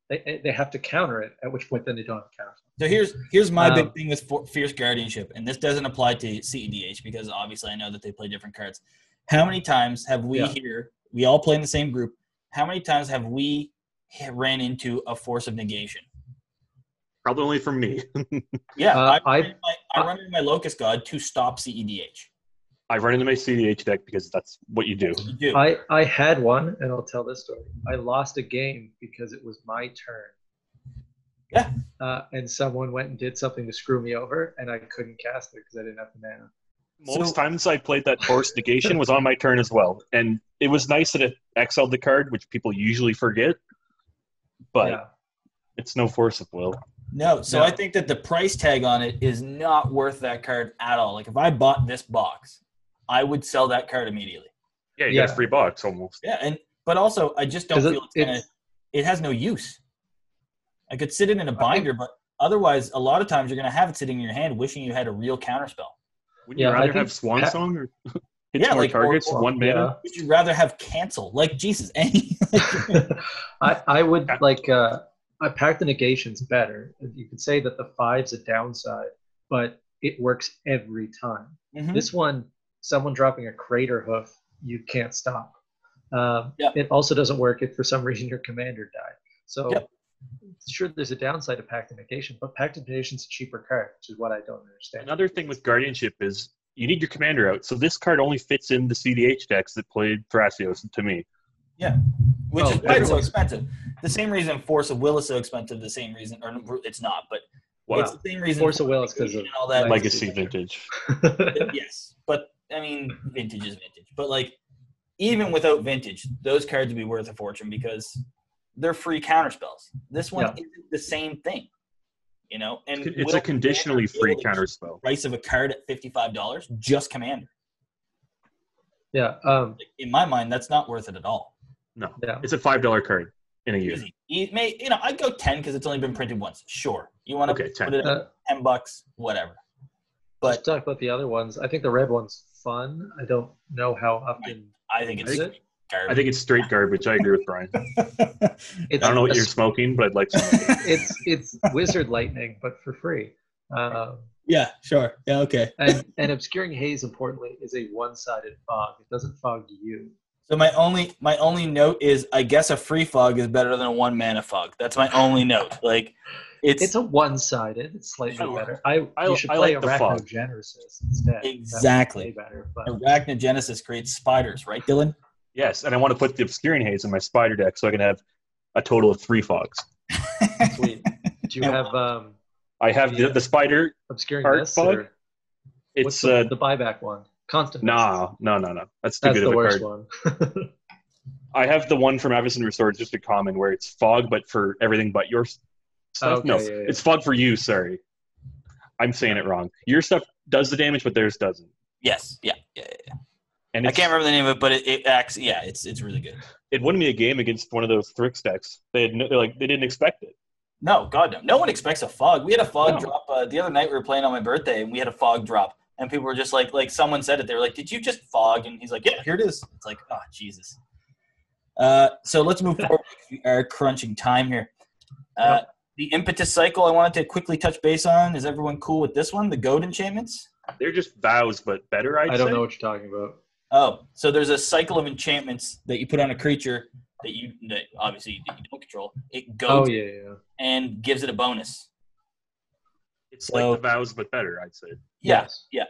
S2: they, they have to counter it, at which point then they don't have to counter.
S1: So here's here's my
S2: Um,
S1: big thing with for, fierce guardianship, and this doesn't apply to CEDH because obviously I know that they play different cards. How many times have we
S2: Yeah.
S1: here? We all play in the same group. How many times have we ha- ran into a force of negation?
S3: Probably only from me.
S1: Yeah,
S2: Uh,
S1: I,
S2: I-
S1: run in my, I run in my locust god to stop E CEDH.
S3: I run into my CDH deck because that's what you do.
S1: You do.
S2: I, I had one, and I'll tell this story. I lost a game because it was my turn.
S1: Yeah.
S2: Uh, and someone went and did something to screw me over, and I couldn't cast it because I didn't have the mana.
S3: Most
S1: So-
S3: times I played that force negation was on my turn as well, and it was nice that it exiled the card, which people usually forget. But
S2: yeah.
S3: it's no force of will.
S1: No, so
S2: No.
S1: I think that the price tag on it is not worth that card at all. Like if I bought this box, I would sell that card immediately.
S3: Yeah,
S2: you got a Yeah.
S3: free box almost.
S1: Yeah, and but also I just don't
S2: 'Cause it-
S1: feel it's gonna,
S2: it's-
S1: it has no use. I could sit it in a
S2: think-
S1: binder, but otherwise, a lot of times you're gonna have it sitting in your hand, wishing you had a real counterspell.
S3: Would you
S2: Yeah, I
S3: rather
S2: think-
S3: have Swan
S2: Ha-
S3: Song or hit
S1: Yeah,
S3: more
S1: like, or-
S3: targets,
S1: or-
S3: one mana?
S1: Would you rather have cancel? Like Jesus, any
S2: Yeah. I, I would
S3: Yeah.
S2: like, uh, I pack the negations better. You could say that the five's a downside, but it works every time.
S3: Mm-hmm.
S1: Mhm.
S2: This one, someone dropping a crater hoof, you can't stop. Um,
S1: Yeah.
S2: It also doesn't work if for some reason your commander died. So,
S1: Yep.
S2: sure, there's a downside to Pact of Negation, but Pact of Negation's a cheaper card, which is what I don't understand.
S3: Another thing with Guardianship is you need your commander out, so this card only fits in the CDH decks that played Thrasios to me.
S1: which is
S2: Oh,
S1: why it's so
S2: everyone-
S1: expensive. The same reason Force of Will is so expensive. The same reason, or it's not, but
S3: Well,
S1: it's the same reason
S2: Force of Will is 'cause of
S1: and all that.
S3: Legacy
S2: Legacy.
S3: Vintage.
S1: yes, but I mean, vintage is vintage. But like, even without vintage, those cards would be worth a fortune because they're free counter spells. This one
S2: Yeah.
S1: isn't the same thing, you know. And
S3: It's
S1: will
S3: a conditionally
S1: Commander
S3: free
S1: be able to keep
S3: counterspell.
S1: the Price of a card at fifty-five dollars, just commander.
S2: yeah, um,
S1: Like, in my mind, that's not worth it at all.
S3: No,
S2: yeah.
S3: it's a five dollar card in a year.
S1: Easy. You may, you know, I'd go ten because it's only been printed once. Sure, you want to
S3: Okay,
S1: put
S3: 10.
S1: it at
S2: Uh,
S1: ten bucks, whatever.
S2: let's
S1: But
S2: talk about the other ones. I think the red one's fun. I don't know how often
S1: I think it's
S2: is it.
S3: I think it's straight garbage. I agree with Brian. I
S2: It's,
S3: don't know what
S2: a
S3: you're smoking, but I'd like to. Know.
S2: it's it's wizard lightning, but for free. Um,
S1: yeah, sure. Yeah, okay.
S2: and, and obscuring haze, importantly, is a one-sided fog. It doesn't fog you.
S1: So my only my only note is I guess a free fog is better than a one mana fog. That's my only note. Like it's,
S2: It's a one-sided. It's slightly
S3: Sure.
S2: better. I,
S3: I-
S2: you should
S3: I
S2: play
S3: like the fog.
S2: Arachnogenesis instead.
S1: Exactly.
S2: That's way better. But
S1: Arachnogenesis creates spiders, right, Dylan?
S3: Yes, and I want to put the obscuring haze in my spider deck so I can have a total of three fogs.
S2: Sweet. Do you
S4: And-
S2: have um,
S3: I have the, the spider.
S2: obscuring
S3: Art
S2: this?
S3: bug?
S2: Or what's
S3: It's
S2: the,
S3: uh,
S2: the buyback one? Constant.
S3: nah, no, no, no. That's too
S2: That's
S3: good of
S2: the
S3: a
S2: worst
S3: card.
S2: one.
S3: I have the one from Avison Restored, just a common where it's fog, but for everything but your s- stuff.
S2: Okay,
S3: no,
S2: yeah, yeah.
S3: it's fog for you. Sorry, I'm saying it wrong. Your stuff does the damage, but theirs doesn't.
S1: Yes, yeah, yeah. yeah.
S3: And
S1: I
S3: it's-
S1: can't remember the name of it, but it, it acts. Yeah, it's it's really good.
S3: It won me a game against one of those Thrix decks. They had no, they're like they didn't expect it.
S1: No, God no. No one expects a fog. We had a fog
S3: No.
S1: drop uh, the other night. We were playing on my birthday, and we had a fog drop, and people were just like, like someone said it. They were like, "Did you just fog?" And he's like, "Yeah, here it is." It's like, oh Jesus. Uh, so let's move forward. We are crunching time here. Uh, the impetus cycle. I wanted to quickly touch base on. Is everyone cool with this one? The goad enchantments.
S3: They're just vows, but better. I'd
S2: I don't
S3: say.
S2: know what you're talking about.
S1: Oh, so there's a cycle of enchantments that you put on a creature that you that obviously that you don't control. It goes
S2: Oh yeah, yeah. yeah.
S1: and gives it a bonus.
S3: It's
S1: So-
S3: like the vows, but better. I'd say.
S1: Yeah.
S2: Yes.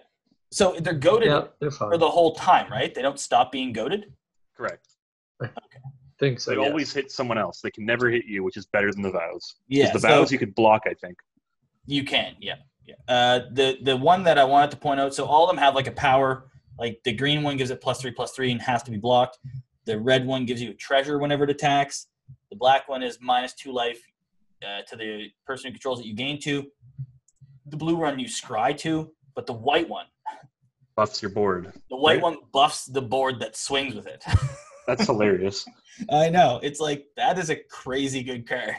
S1: So they're goaded
S2: Yeah, they're fine.
S1: for the whole time, right? They don't stop being goaded.
S3: Correct.
S2: think so.
S3: They
S2: yes.
S3: always hit someone else. They can never hit you, which is better than the vows.
S1: Yeah.
S3: the
S1: so
S3: vows you could block, I think.
S1: you can. Yeah. Yeah. Uh, the the one that I wanted to point out. So all of them have like a power. Like the green one gives it plus three plus three and has to be blocked. The red one gives you a treasure whenever it attacks. The black one is minus two life uh, to the person who controls it. You gain two. The blue one you scry two, but the white one,
S3: Buffs your board.
S1: the white
S3: Right.
S1: one buffs the board that swings with it.
S3: That's hilarious.
S1: I know. It's like that is a crazy good card.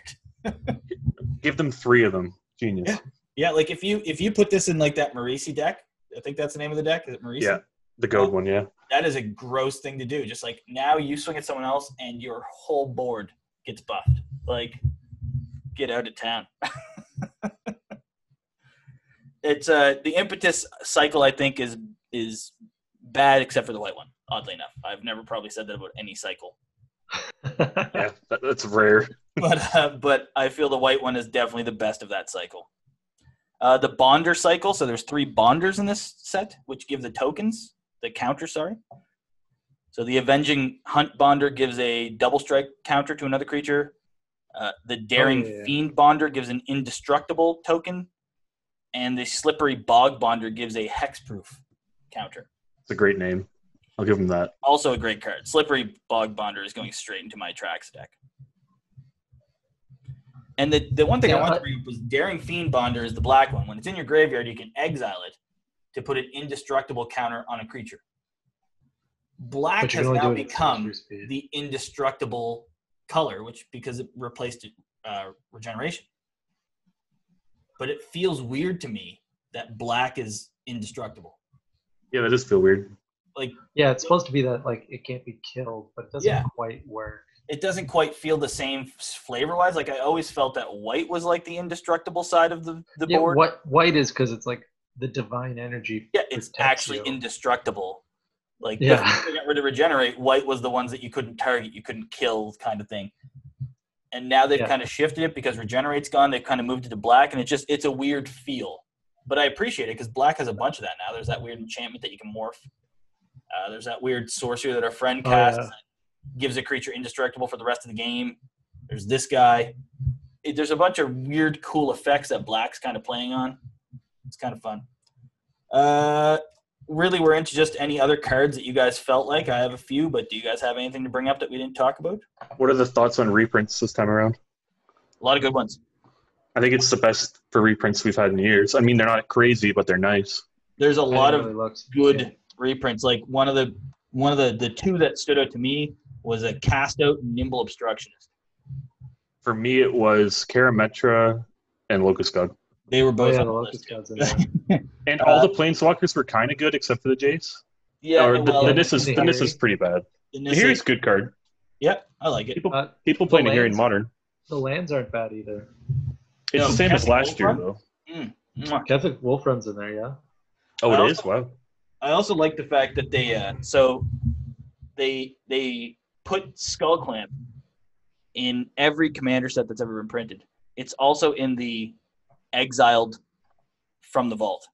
S3: Give them three of them. Genius.
S1: Yeah, like if you if you put this in like that Marisi deck, I think that's the name of the deck. Is it Marisi?
S3: Yeah. The gold one, yeah.
S1: That is a gross thing to do. Just like now you swing at someone else and your whole board gets buffed. Like get out of town. it's uh the impetus cycle I think is is bad except for the white one, oddly enough. I've never probably said that about any cycle.
S3: Yeah, that, that's rare.
S1: but uh, but I feel the white one is definitely the best of that cycle. Uh, the bonder cycle. So there's three bonders in this set, which give the tokens, the counter. Sorry. So the avenging hunt bonder gives a double strike counter to another creature. Uh, the daring
S2: yeah.
S1: fiend bonder gives an indestructible token, and the slippery bog bonder gives a hexproof counter.
S3: It's a great name. I'll give them that.
S1: Also a great card. Slippery bog bonder is going straight into my tracks deck. And the, the one thing I
S2: Yeah,
S1: wanted to
S2: I-
S1: bring up was Daring Fiend Bonder is the black one. When it's in your graveyard, you can exile it to put an indestructible counter on a creature. Black
S2: But you can
S1: has
S2: only
S1: now
S2: do it at
S1: become
S2: sorcery speed.
S1: the indestructible color, which because it replaced uh, regeneration. But it feels weird to me that black is indestructible.
S3: Yeah, that does feel weird.
S2: Yeah, it's supposed to be that like it can't be killed, but it doesn't
S1: Yeah.
S2: quite work.
S1: it doesn't quite feel the same flavor wise. Like I always felt that white was like the indestructible side of the, the
S2: Yeah,
S1: board.
S2: what white is because it's like the divine energy.
S1: yeah, it's
S2: protects
S1: actually
S2: you.
S1: indestructible. Like
S2: Yeah.
S1: yeah. they got rid of regenerate, white was the ones that you couldn't target, you couldn't kill kind of thing. And now they've
S2: Yeah.
S1: kind of shifted it because regenerate's gone, they've kind of moved it to black and it just it's a weird feel. But I appreciate it because black has a bunch of that now. There's that weird enchantment that you can morph. Uh, there's that weird sorcerer that our friend
S2: Oh,
S1: casts
S2: yeah.
S1: that gives a creature indestructible for the rest of the game. There's this guy. It- there's a bunch of weird, cool effects that Black's kind of playing on. It's kind of fun. Uh, really, we're into just any other cards that you guys felt like. I have a few, but do you guys have anything to bring up that we didn't talk about?
S3: What are the thoughts on reprints this time around?
S1: A lot of good ones.
S3: I think it's the best for reprints we've had in years. I mean, they're not crazy, but they're nice.
S1: There's a
S2: I
S1: lot
S2: haven't
S1: of
S2: really looked.
S1: good
S2: Yeah.
S1: reprints. Like one of the one of the the two that stood out to me was a cast out nimble obstructionist.
S3: For me, it was Karametra and Locust God.
S1: They were
S2: Oh,
S1: both
S2: yeah,
S1: on
S2: the
S1: the
S2: locust
S1: list.
S2: gods in there.
S1: Uh,
S3: And all the Planeswalkers were kind of good, except for the Jace.
S1: Yeah,
S3: or the,
S1: well,
S3: the Nissa's, the
S2: Nahiri.
S3: Nissa's pretty bad.
S1: the Nissa-
S3: Nahiri's good card.
S1: Yep, I like it.
S3: People,
S2: Uh,
S3: people play
S2: the
S3: Nahiri in
S2: lands-
S3: Modern.
S2: the lands aren't bad either.
S3: It's
S1: No,
S3: the same as
S1: Cassie
S3: last year,
S1: Goldfarb?
S3: though.
S1: Mwah.
S2: Catholic Wolfram's in there, yeah.
S3: Oh,
S1: I
S3: it is? Wow.
S1: I also like the fact that they uh, so they they put skull clamp in every commander set that's ever been printed. It's also in the exiled from the vault.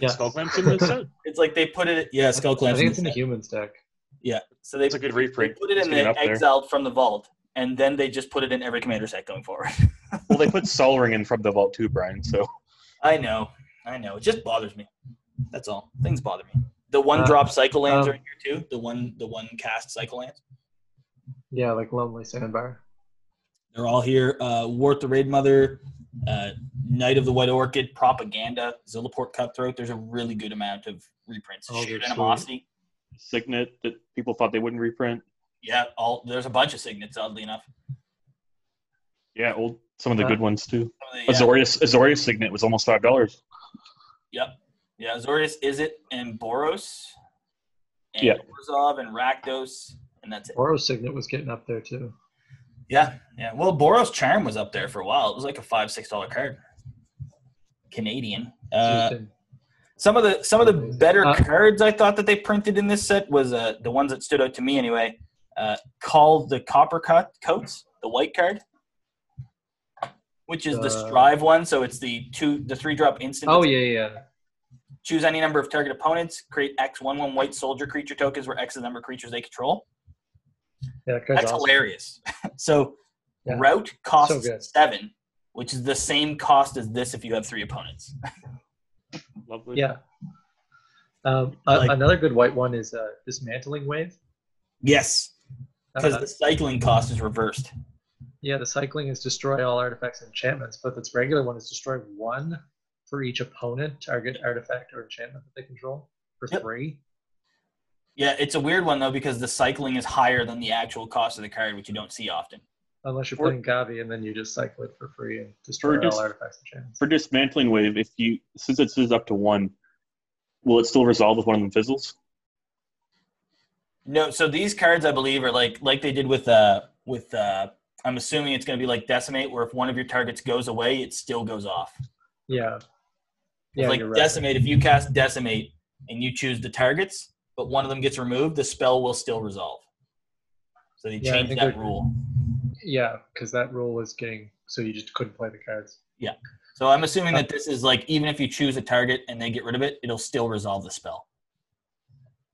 S2: Yeah,
S3: Skull Clamp's in this set.
S1: It's like they put it yeah skull
S2: I
S1: clamp.
S2: think it's in the humans deck.
S1: yeah, so they,
S3: It's a good
S1: they
S3: reprint.
S1: put it
S3: It's
S1: in
S3: getting
S1: the
S3: up there.
S1: exiled from the vault, and then they just put it in every commander set going forward.
S3: well, they put Solring in from the vault too, Brian. So
S1: I know, I know. It just bothers me. That's all. Things bother me. The one
S2: Uh,
S1: drop cycle lands
S2: um,
S1: are in here too. The one, the one cast cycle lands.
S2: Yeah, like Lonely Sandbar.
S1: They're all here. Uh, Wart the Raid Mother, uh, Knight of the White Orchid, Propaganda, Zillaport Cutthroat. There's a really good amount of reprints.
S2: Oh,
S1: Shared
S2: they're
S1: Animosity.
S3: Signet that people thought they wouldn't reprint.
S1: Yeah, all there's a bunch of signets, oddly enough.
S3: Yeah, old some of the good
S2: Uh,
S3: ones too.
S1: Some of the, uh,
S3: Azorius Azorius Signet was almost five dollars.
S1: Yeah, Azorius is it and Boros and
S3: Yeah.
S1: Orzhov and Rakdos and that's it.
S2: Oro Signet was getting up there too.
S1: Yeah, yeah. Well, Boros Charm was up there for a while. It was like a five six dollar card. Canadian. Uh,
S2: Interesting.
S1: some of the some of the better
S2: Uh,
S1: cards I thought that they printed in this set was uh, the ones that stood out to me anyway. Uh, called the Copper Cut Coats, the white card, which is the
S2: Uh,
S1: Strive one. So it's the two the three drop instant.
S2: oh
S1: It's
S2: yeah, yeah.
S1: Choose any number of target opponents. Create X one one white soldier creature tokens, where X is the number of creatures they control.
S2: Yeah, that card's
S1: That's
S2: awesome.
S1: hilarious. so
S2: Yeah.
S1: route costs
S2: So good.
S1: seven, which is the same cost as this if you have three opponents.
S3: Lovely.
S2: Yeah. Um, a-
S1: Like-
S2: another good white one is uh, dismantling wave.
S1: Yes, because
S2: Uh,
S1: the cycling cost is reversed.
S2: yeah, the cycling is destroy all artifacts and enchantments, but this regular one is destroy one for each opponent, target artifact or enchantment that they control for
S1: Yep.
S2: free.
S1: Yeah, it's a weird one though because the cycling is higher than the actual cost of the card, which you don't see often.
S2: Unless you're
S3: Or-
S2: playing Gavi, and then you just cycle it for free and destroy
S3: just-
S2: all artifacts and enchantments.
S3: For dismantling wave, if you since it is up to one, will it still resolve if one of them fizzles?
S1: No, so these cards I believe are like like they did with uh with uh I'm assuming it's going to be like decimate, where if one of your targets goes away, it still goes off.
S2: Yeah.
S1: It's
S2: Yeah,
S1: like
S2: you're right.
S1: decimate, if you cast decimate and you choose the targets, but one of them gets removed, the spell will still resolve. So they
S2: Yeah, I
S1: changed
S2: think
S1: that
S2: they're-
S1: rule.
S2: Yeah, because that rule is getting so you just couldn't play the cards.
S1: So I'm assuming
S2: Uh,
S1: that this is like even if you choose a target and they get rid of it, it'll still resolve the spell.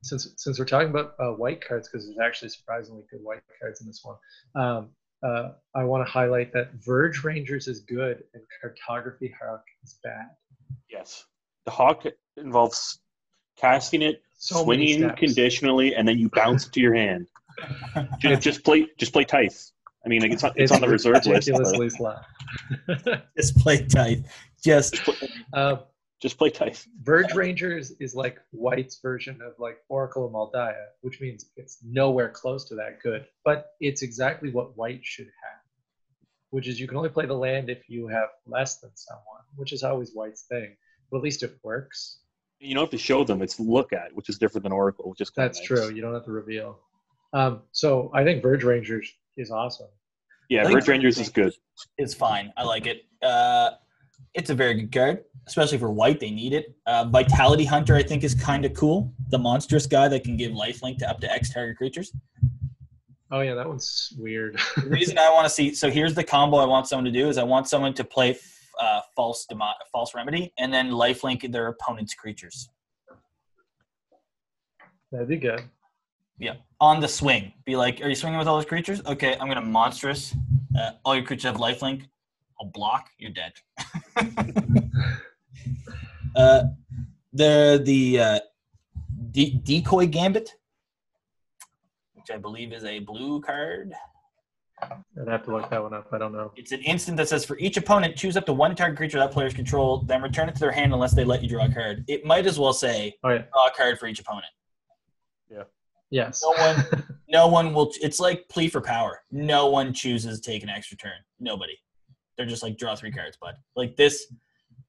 S2: since since we're talking about uh, white cards because there's actually surprisingly good white cards in this one um, uh, i want to highlight that verge rangers is good and cartography hawk is bad
S3: Yes. The hawk involves casting it,
S2: so many
S3: swinging
S2: steps.
S3: conditionally, and then you bounce it to your hand. just, just play, just play Tithe. I mean, like, it's on, it's, on the reserve list. but
S2: ridiculously slow.
S1: Just play tight. Just
S2: uh,
S3: Just play Tithe.
S2: verge rangers is like white's version of like oracle of maldiah which means it's nowhere close to that good but it's exactly what white should have which is you can only play the land if you have less than someone which is always white's thing but at least it works
S3: You don't have to show them; it's look at, which is different than Oracle. Which is kinda
S2: That's
S3: nice.
S2: true. You don't have to reveal. Um, so I think Verge Rangers is awesome.
S3: Yeah,
S1: I think
S3: Verge Rangers is good.
S1: it's fine. I like it. Uh, it's a very good card, especially for white. They need it. Uh, Vitality Hunter, I think, is kind of cool. The monstrous guy that can give lifelink to up to X target creatures.
S2: Oh yeah, that one's weird.
S1: the reason I want to see. So here's the combo I want someone to do is I want someone to play f- uh, false Demo- false remedy and then lifelink their opponent's creatures
S2: That'd be good.
S1: on the swing. Be like, are you swinging with all those creatures? Okay, I'm gonna monstrous. Uh, all your creatures have lifelink. I'll block. You're dead. uh, the the uh, de- decoy gambit, which I believe is a blue card.
S2: I'd have to look that one up. I don't know.
S1: It's an instant that says for each opponent, choose up to one target creature that player's control, then return it to their hand unless they let you draw a card. It might as well say
S2: Oh yeah.
S1: draw a card for each opponent.
S2: Yes.
S1: No one, no one will. It's like plea for power. No one chooses to take an extra turn. Nobody. They're just like draw three cards, bud. Like this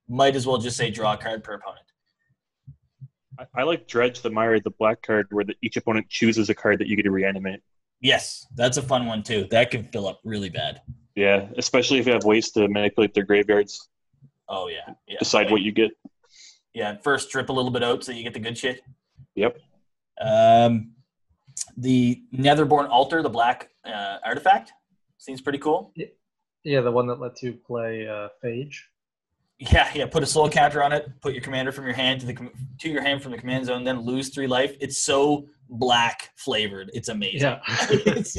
S1: might as well just say draw a card per opponent.
S3: I, I like Dredge the Mire, the black card, where the, each opponent chooses a card that you get to reanimate.
S1: Yes, that's a fun one too. That could fill up really bad.
S3: Yeah, especially if you have ways to manipulate their graveyards,
S1: Oh yeah, yeah.
S3: decide what you get.
S1: Yeah, first strip a little bit out so you get the good shit.
S3: Yep.
S1: Um, the Netherborn Altar, the black uh, artifact, seems pretty cool.
S2: yeah, the one that lets you play uh, Phage.
S1: Yeah, yeah. Put a soul capture on it. Put your commander from your hand to the com- to your hand from the command zone. Then lose three life. It's so black flavored. It's amazing.
S5: Yeah.
S1: it's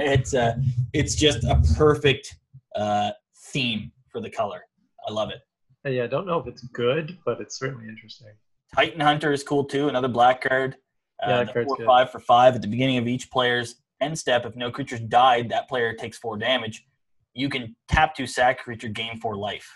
S1: it's uh, it's just a perfect uh, theme for the color. I love it.
S2: And yeah, I don't know if it's good, but it's certainly interesting.
S1: Titan Hunter is cool too. Another black card. Uh,
S2: Yeah, that
S1: the
S2: card's
S1: four
S2: good.
S1: five for five at the beginning of each player's end step. If no creatures died, that player takes four damage. You can tap to sack creature, gain four life.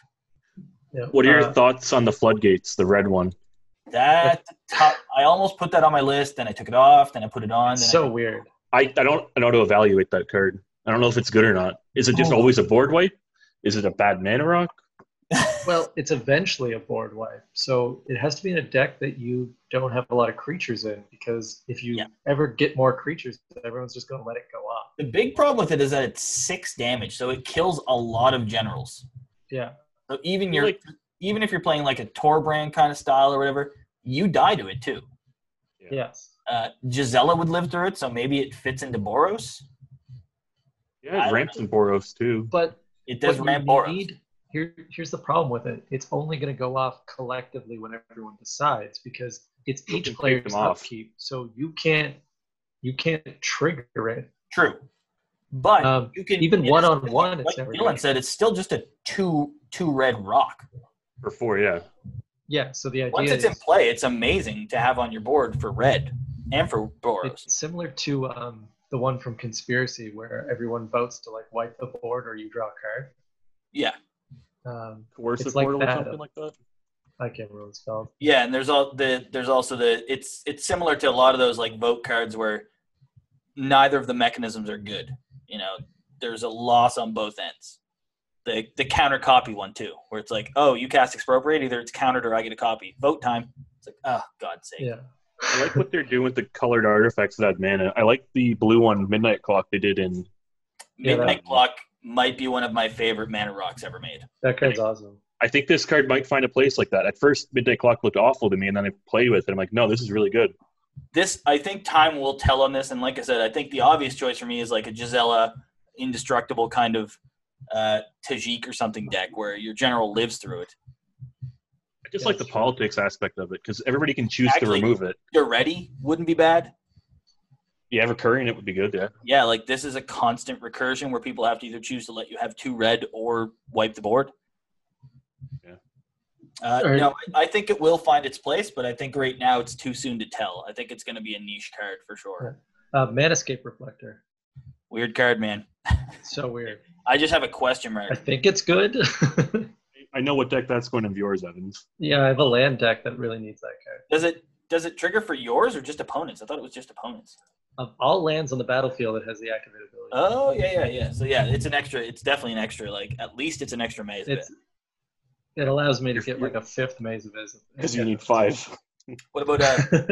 S2: Yeah.
S3: What are your
S2: Uh,
S3: thoughts on the floodgates, the red one?
S1: That top, I almost put that on my list, then I took it off, then I put it on. Then I-
S2: so weird.
S3: I, I don't I know how to evaluate that card. I don't know if it's good or not. Is it just
S2: Oh.
S3: always a board wipe? Is it a bad mana rock?
S2: Well, it's eventually a board wipe, so it has to be in a deck that you don't have a lot of creatures in, because if you
S1: Yeah.
S2: ever get more creatures, everyone's just going to let it go up.
S1: the big problem with it is that it's six damage, so it kills a lot of generals.
S2: Yeah,
S1: So even
S3: Well,
S1: your
S3: like-
S1: even if you're playing like a Torbrand kind of style or whatever, you die to it too.
S3: Yeah.
S2: yes.
S1: Uh, Gisela would live through it, so maybe it fits into Boros. I
S3: Yeah, it
S1: don't
S3: ramps and Boros too.
S2: But
S1: It does
S2: what
S1: ramp
S2: you
S1: Boros.
S2: need- Here, here's the problem with it. It's only going to go off collectively when everyone decides because it's
S3: You can
S2: each
S3: take
S2: player's
S3: them off.
S2: upkeep. So you can't you can't trigger it.
S1: True, but
S2: Um,
S1: you can
S2: even
S1: it's-
S2: one on one,
S1: Like
S2: it's never.
S1: Dylan said, it's still just a two two red rock.
S3: Or four, yeah.
S2: Yeah. So the idea
S1: Once it's
S2: is
S1: in play, it's amazing to have on your board for red and for Boros.
S2: it's similar to um, the one from Conspiracy where everyone votes to like wipe the board or you draw a card.
S1: Yeah.
S2: Um,
S3: Coercive
S2: like
S3: portal
S2: that.
S3: or something like that.
S2: I can't remember what it's called.
S1: Yeah, and there's all the there's also the it's it's similar to a lot of those like vote cards where neither of the mechanisms are good. You know, there's a loss on both ends. The the counter copy one too, where it's like, oh, you cast expropriate, either it's countered or I get a copy. Vote time. It's like, oh, God's sake.
S2: Yeah.
S3: I like what they're doing with the colored artifacts that mana. I like the blue one, Midnight Clock, they did in
S2: Yeah, that-
S1: Midnight Clock might be one of my favorite mana rocks ever made.
S2: That card's awesome.
S3: I think this card might find a place like that. At first, Midnight Clock looked awful to me, and then I played with it. I'm like, no, this is really good.
S1: this I think time will tell on this. And like I said, I think the obvious choice for me is like a Gisela indestructible kind of uh, Tajik or something deck where your general lives through it.
S3: I just
S2: Yeah,
S3: like the
S2: that's true.
S3: politics aspect of it because everybody can choose to
S1: Actually-
S3: remove it.
S1: You're ready wouldn't be bad.
S3: Yeah, recurring it would be good. Yeah,
S1: Yeah, like this is a constant recursion where people have to either choose to let you have two red or wipe the board.
S3: Yeah.
S1: Uh,
S2: Or-
S1: no, I I think it will find its place, but I think right now it's too soon to tell. I think it's going to be a niche card for sure.
S2: Uh, Manscape Reflector.
S1: Weird card, man.
S2: So weird.
S1: I just have a question
S2: I
S1: mark.
S2: think it's good.
S3: I know what deck that's going of yours, Evans.
S2: yeah, I have a land deck that really needs that card.
S1: Does it does it trigger for yours or just opponents? I thought it was just opponents.
S2: Of all lands on the battlefield, it has the activated ability.
S1: Oh yeah, yeah, yeah. So yeah, it's an extra. It's definitely an extra. Like at least it's an extra maze. bit.
S2: it's it allows me to
S3: You're-
S2: get like a fifth maze of his.
S3: Because you need five.
S1: What about uh,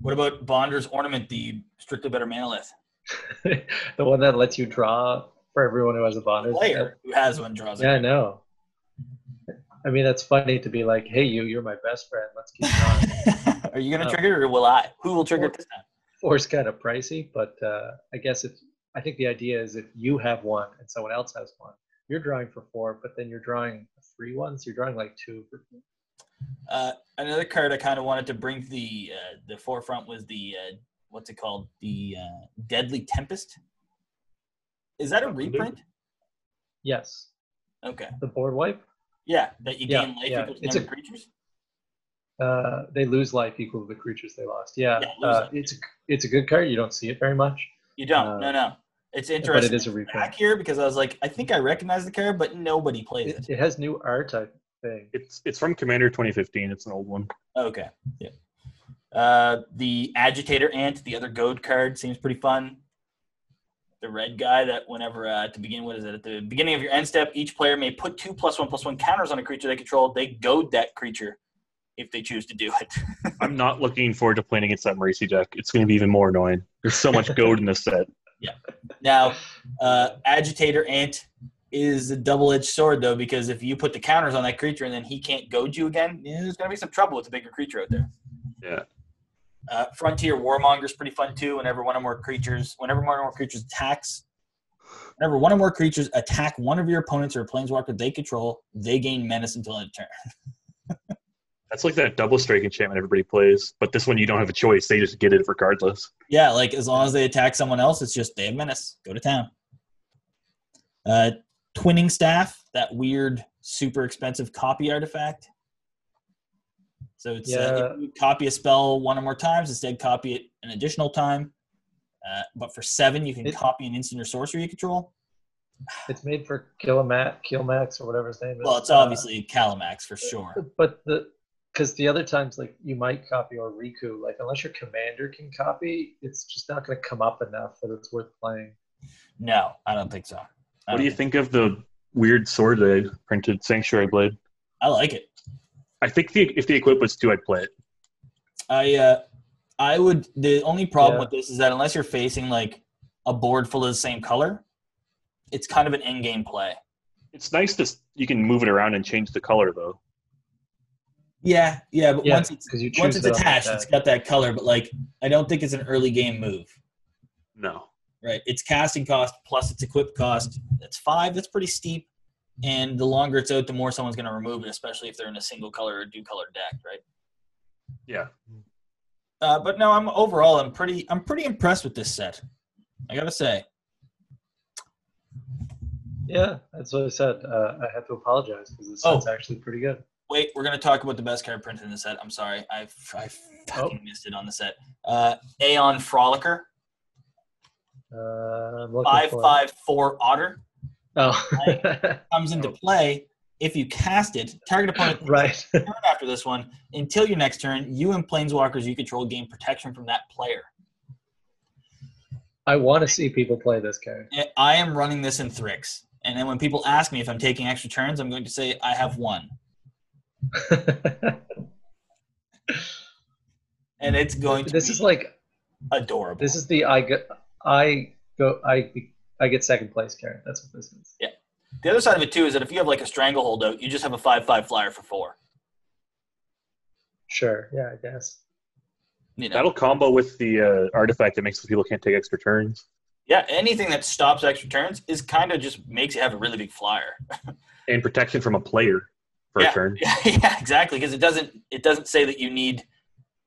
S1: what about Bonder's ornament, the strictly better manolith
S2: the one that lets you draw for everyone who has a bond.
S1: player who has one draws
S2: Yeah, I
S1: it.
S2: know. I mean, that's funny to be like, "Hey, you, you're my best friend. Let's keep going."
S1: Are you gonna
S2: Oh.
S1: trigger it or will I? Who will trigger it this time?
S2: or it's kind of pricey, but uh, I guess if I think the idea is if you have one and someone else has one, you're drawing for four, but then you're drawing three ones. You're drawing like two. For,
S1: Uh, another card I kind of wanted to bring to the uh, the forefront was the uh, what's it called? The uh, Deadly Tempest. Is that a reprint?
S2: yes,
S1: Okay.
S2: the board wipe.
S1: Yeah, that you
S2: Yeah,
S1: gain life
S2: yeah.
S1: equal to
S2: It's
S1: number
S2: a-
S1: of creatures.
S2: Uh, they lose life equal to the creatures they lost. Yeah,
S1: Yeah, lose
S2: uh,
S1: life.
S2: it's a, it's a good card. You don't see it very much,
S1: You don't.
S2: Uh,
S1: no, no. It's interesting.
S2: but it is a reprint.
S1: back here because I was like, I think I recognize the card, but nobody plays it.
S2: It, it has new art, I think.
S3: It's it's from Commander 2015. It's an old one.
S1: Okay. Yeah. Uh, the agitator ant, the other goad card, seems pretty fun. The red guy that whenever uh, at the beginning, what is it? At the beginning of your end step, each player may put two plus one plus one counters on a creature they control. They goad that creature if they choose to do it.
S3: I'm not looking forward to playing against that Marisi deck. It's going to be even more annoying. There's so much gold in this set.
S1: Now, uh, agitator ant is a double-edged sword though because if you put the counters on that creature and then he can't goad you again, yeah, there's gonna be some trouble with the bigger creature out there.
S3: Yeah.
S1: Uh, Frontier Warmonger is pretty fun too. Whenever one or more creatures, whenever one or more creatures attacks, whenever one or more creatures attack one of your opponents or a planeswalker they control, they gain menace until end of turn.
S3: That's like that double strike enchantment everybody plays, but this one you don't have a choice. They just get it regardless.
S1: Yeah, like as long as they attack someone else, it's just they have menace. Go to town. Uh, twinning staff, that weird, super expensive copy artifact. So it's uh,
S2: Yeah.
S1: if you copy a spell one or more times. Instead, copy it an additional time. Uh, but for seven, you can
S2: It-
S1: copy an instant or sorcery you control.
S2: It's made for Kilomat, Kilmax, or whatever his name is.
S1: Well, it's
S2: Uh,
S1: obviously Calamax for sure.
S2: But the because the other times like you might copy or Riku, like unless your commander can copy, it's just not going to come up enough that it's worth playing.
S1: No, I don't think so. I
S3: What
S1: don't
S3: do you think of the weird sword that I printed, Sanctuary Blade?
S1: I like it.
S3: I think the, if the equip was two, I'd play it.
S1: I uh, I would. The only problem
S2: Yeah.
S1: with this is that unless you're facing like a board full of the same color, it's kind of an in-game play.
S3: It's nice to s- you can move it around and change the color though.
S1: Yeah, yeah. But
S2: Yeah,
S1: once it's
S2: because you choose
S1: once it's
S2: it on the
S1: attached,
S2: attack.
S1: it's got that color. But like, I don't think it's an early game move.
S3: No,
S1: Right. It's casting cost plus its equip cost. That's five. That's pretty steep. And the longer it's out, the more someone's going to remove it, especially if they're in a single color or do color deck, right?
S3: yeah,
S1: Uh, but no, I'm overall I'm pretty I'm pretty impressed with this set. I gotta say.
S2: Yeah, that's what I said. Uh, I have to apologize because this
S1: Oh.
S2: set's actually pretty good.
S1: Wait, we're gonna talk about the best card printed in the set. I'm sorry, I I
S2: Oh.
S1: fucking missed it on the set. Uh, Aeon Frolicker,
S2: Uh, I'm looking
S1: five
S2: for it.
S1: five four Otter
S2: Oh,
S1: comes into play if you cast it. Target opponent
S2: right.
S1: turn after this one until your next turn. You and planeswalkers you control gain protection from that player.
S2: I want to see people play this game.
S1: I- I am running this in Thrix, and then when people ask me if I'm taking extra turns, I'm going to say I have one, and it's going to
S2: this
S1: be
S2: is like
S1: adorable.
S2: this is the I get I go I I get second place card. That's what this is.
S1: The other side of it too is that if you have like a stranglehold out, you just have a five five flyer for four.
S2: Sure. Yeah, I guess.
S1: You know,
S3: that'll combo with the uh, artifact that makes people can't take extra turns.
S1: yeah, anything that stops extra turns is kind of just makes you have a really big flyer.
S3: and protection from a player for a turn.
S1: yeah, yeah, exactly, because it doesn't it doesn't say that you need